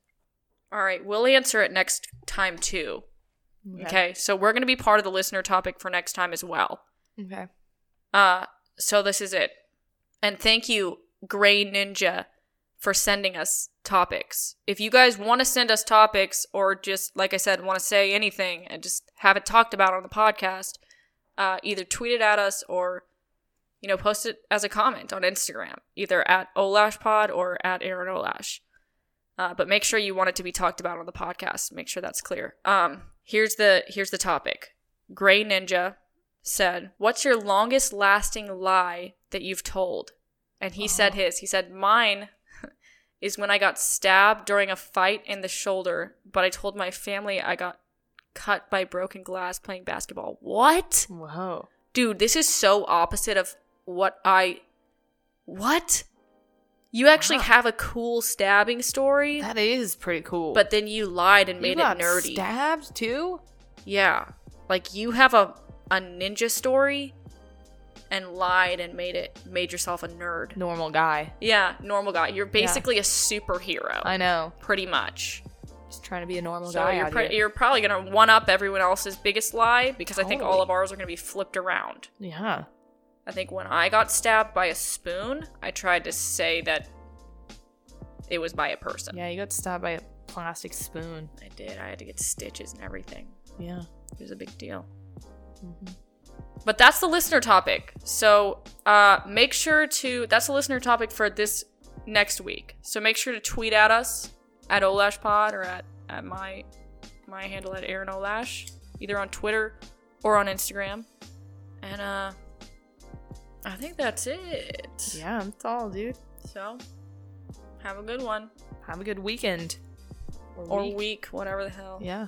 Speaker 1: All right, we'll answer it next time too. Okay, so we're gonna be part of the listener topic for next time as well.
Speaker 2: Okay.
Speaker 1: Uh, so this is it. And thank you, Gray Ninja, for sending us topics. If you guys want to send us topics or just, like I said, want to say anything and just have it talked about on the podcast, uh, either tweet it at us or, you know, post it as a comment on Instagram, either at OlashPod or at Aaron Olash. Uh, but make sure you want it to be talked about on the podcast. Make sure that's clear. Um, here's the here's the topic. Gray Ninja said, What's your longest lasting lie that you've told? And he said
Speaker 2: Oh.
Speaker 1: his. He said, Mine is when I got stabbed during a fight in the shoulder, but I told my family I got cut by broken glass playing basketball. What?
Speaker 2: Whoa.
Speaker 1: Dude, this is so opposite of what I. What? You actually
Speaker 2: Wow.
Speaker 1: have a cool stabbing story,
Speaker 2: That is pretty cool.
Speaker 1: but then you lied and
Speaker 2: You
Speaker 1: made
Speaker 2: got
Speaker 1: it nerdy.
Speaker 2: Stabbed too?
Speaker 1: yeah. Like you have a, a ninja story and lied and made it made yourself a nerd.
Speaker 2: Normal guy.
Speaker 1: Yeah, normal guy. You're basically a superhero,
Speaker 2: I know.
Speaker 1: pretty much.
Speaker 2: Just trying to be a normal
Speaker 1: so
Speaker 2: guy.
Speaker 1: you're,
Speaker 2: out
Speaker 1: pr-
Speaker 2: here.
Speaker 1: you're probably going to one up everyone else's biggest lie because I think all
Speaker 2: Totally.
Speaker 1: of ours are going to be flipped around.
Speaker 2: Yeah.
Speaker 1: I think when I got stabbed by a spoon, I tried to say that it was by a person.
Speaker 2: Yeah, you got stabbed by a plastic spoon.
Speaker 1: I did. I had to get stitches and everything.
Speaker 2: Yeah.
Speaker 1: It was a big deal.
Speaker 2: Mhm.
Speaker 1: But that's the listener topic. So uh, make sure to. That's the listener topic for this next week. So make sure to tweet at us at OlashPod or at, at my my handle at Aaron Olash, either on Twitter or on Instagram. And uh, I think that's it.
Speaker 2: Yeah, that's all, dude.
Speaker 1: So have a good one
Speaker 2: Have a good weekend.
Speaker 1: or week, whatever the hell.
Speaker 2: Yeah.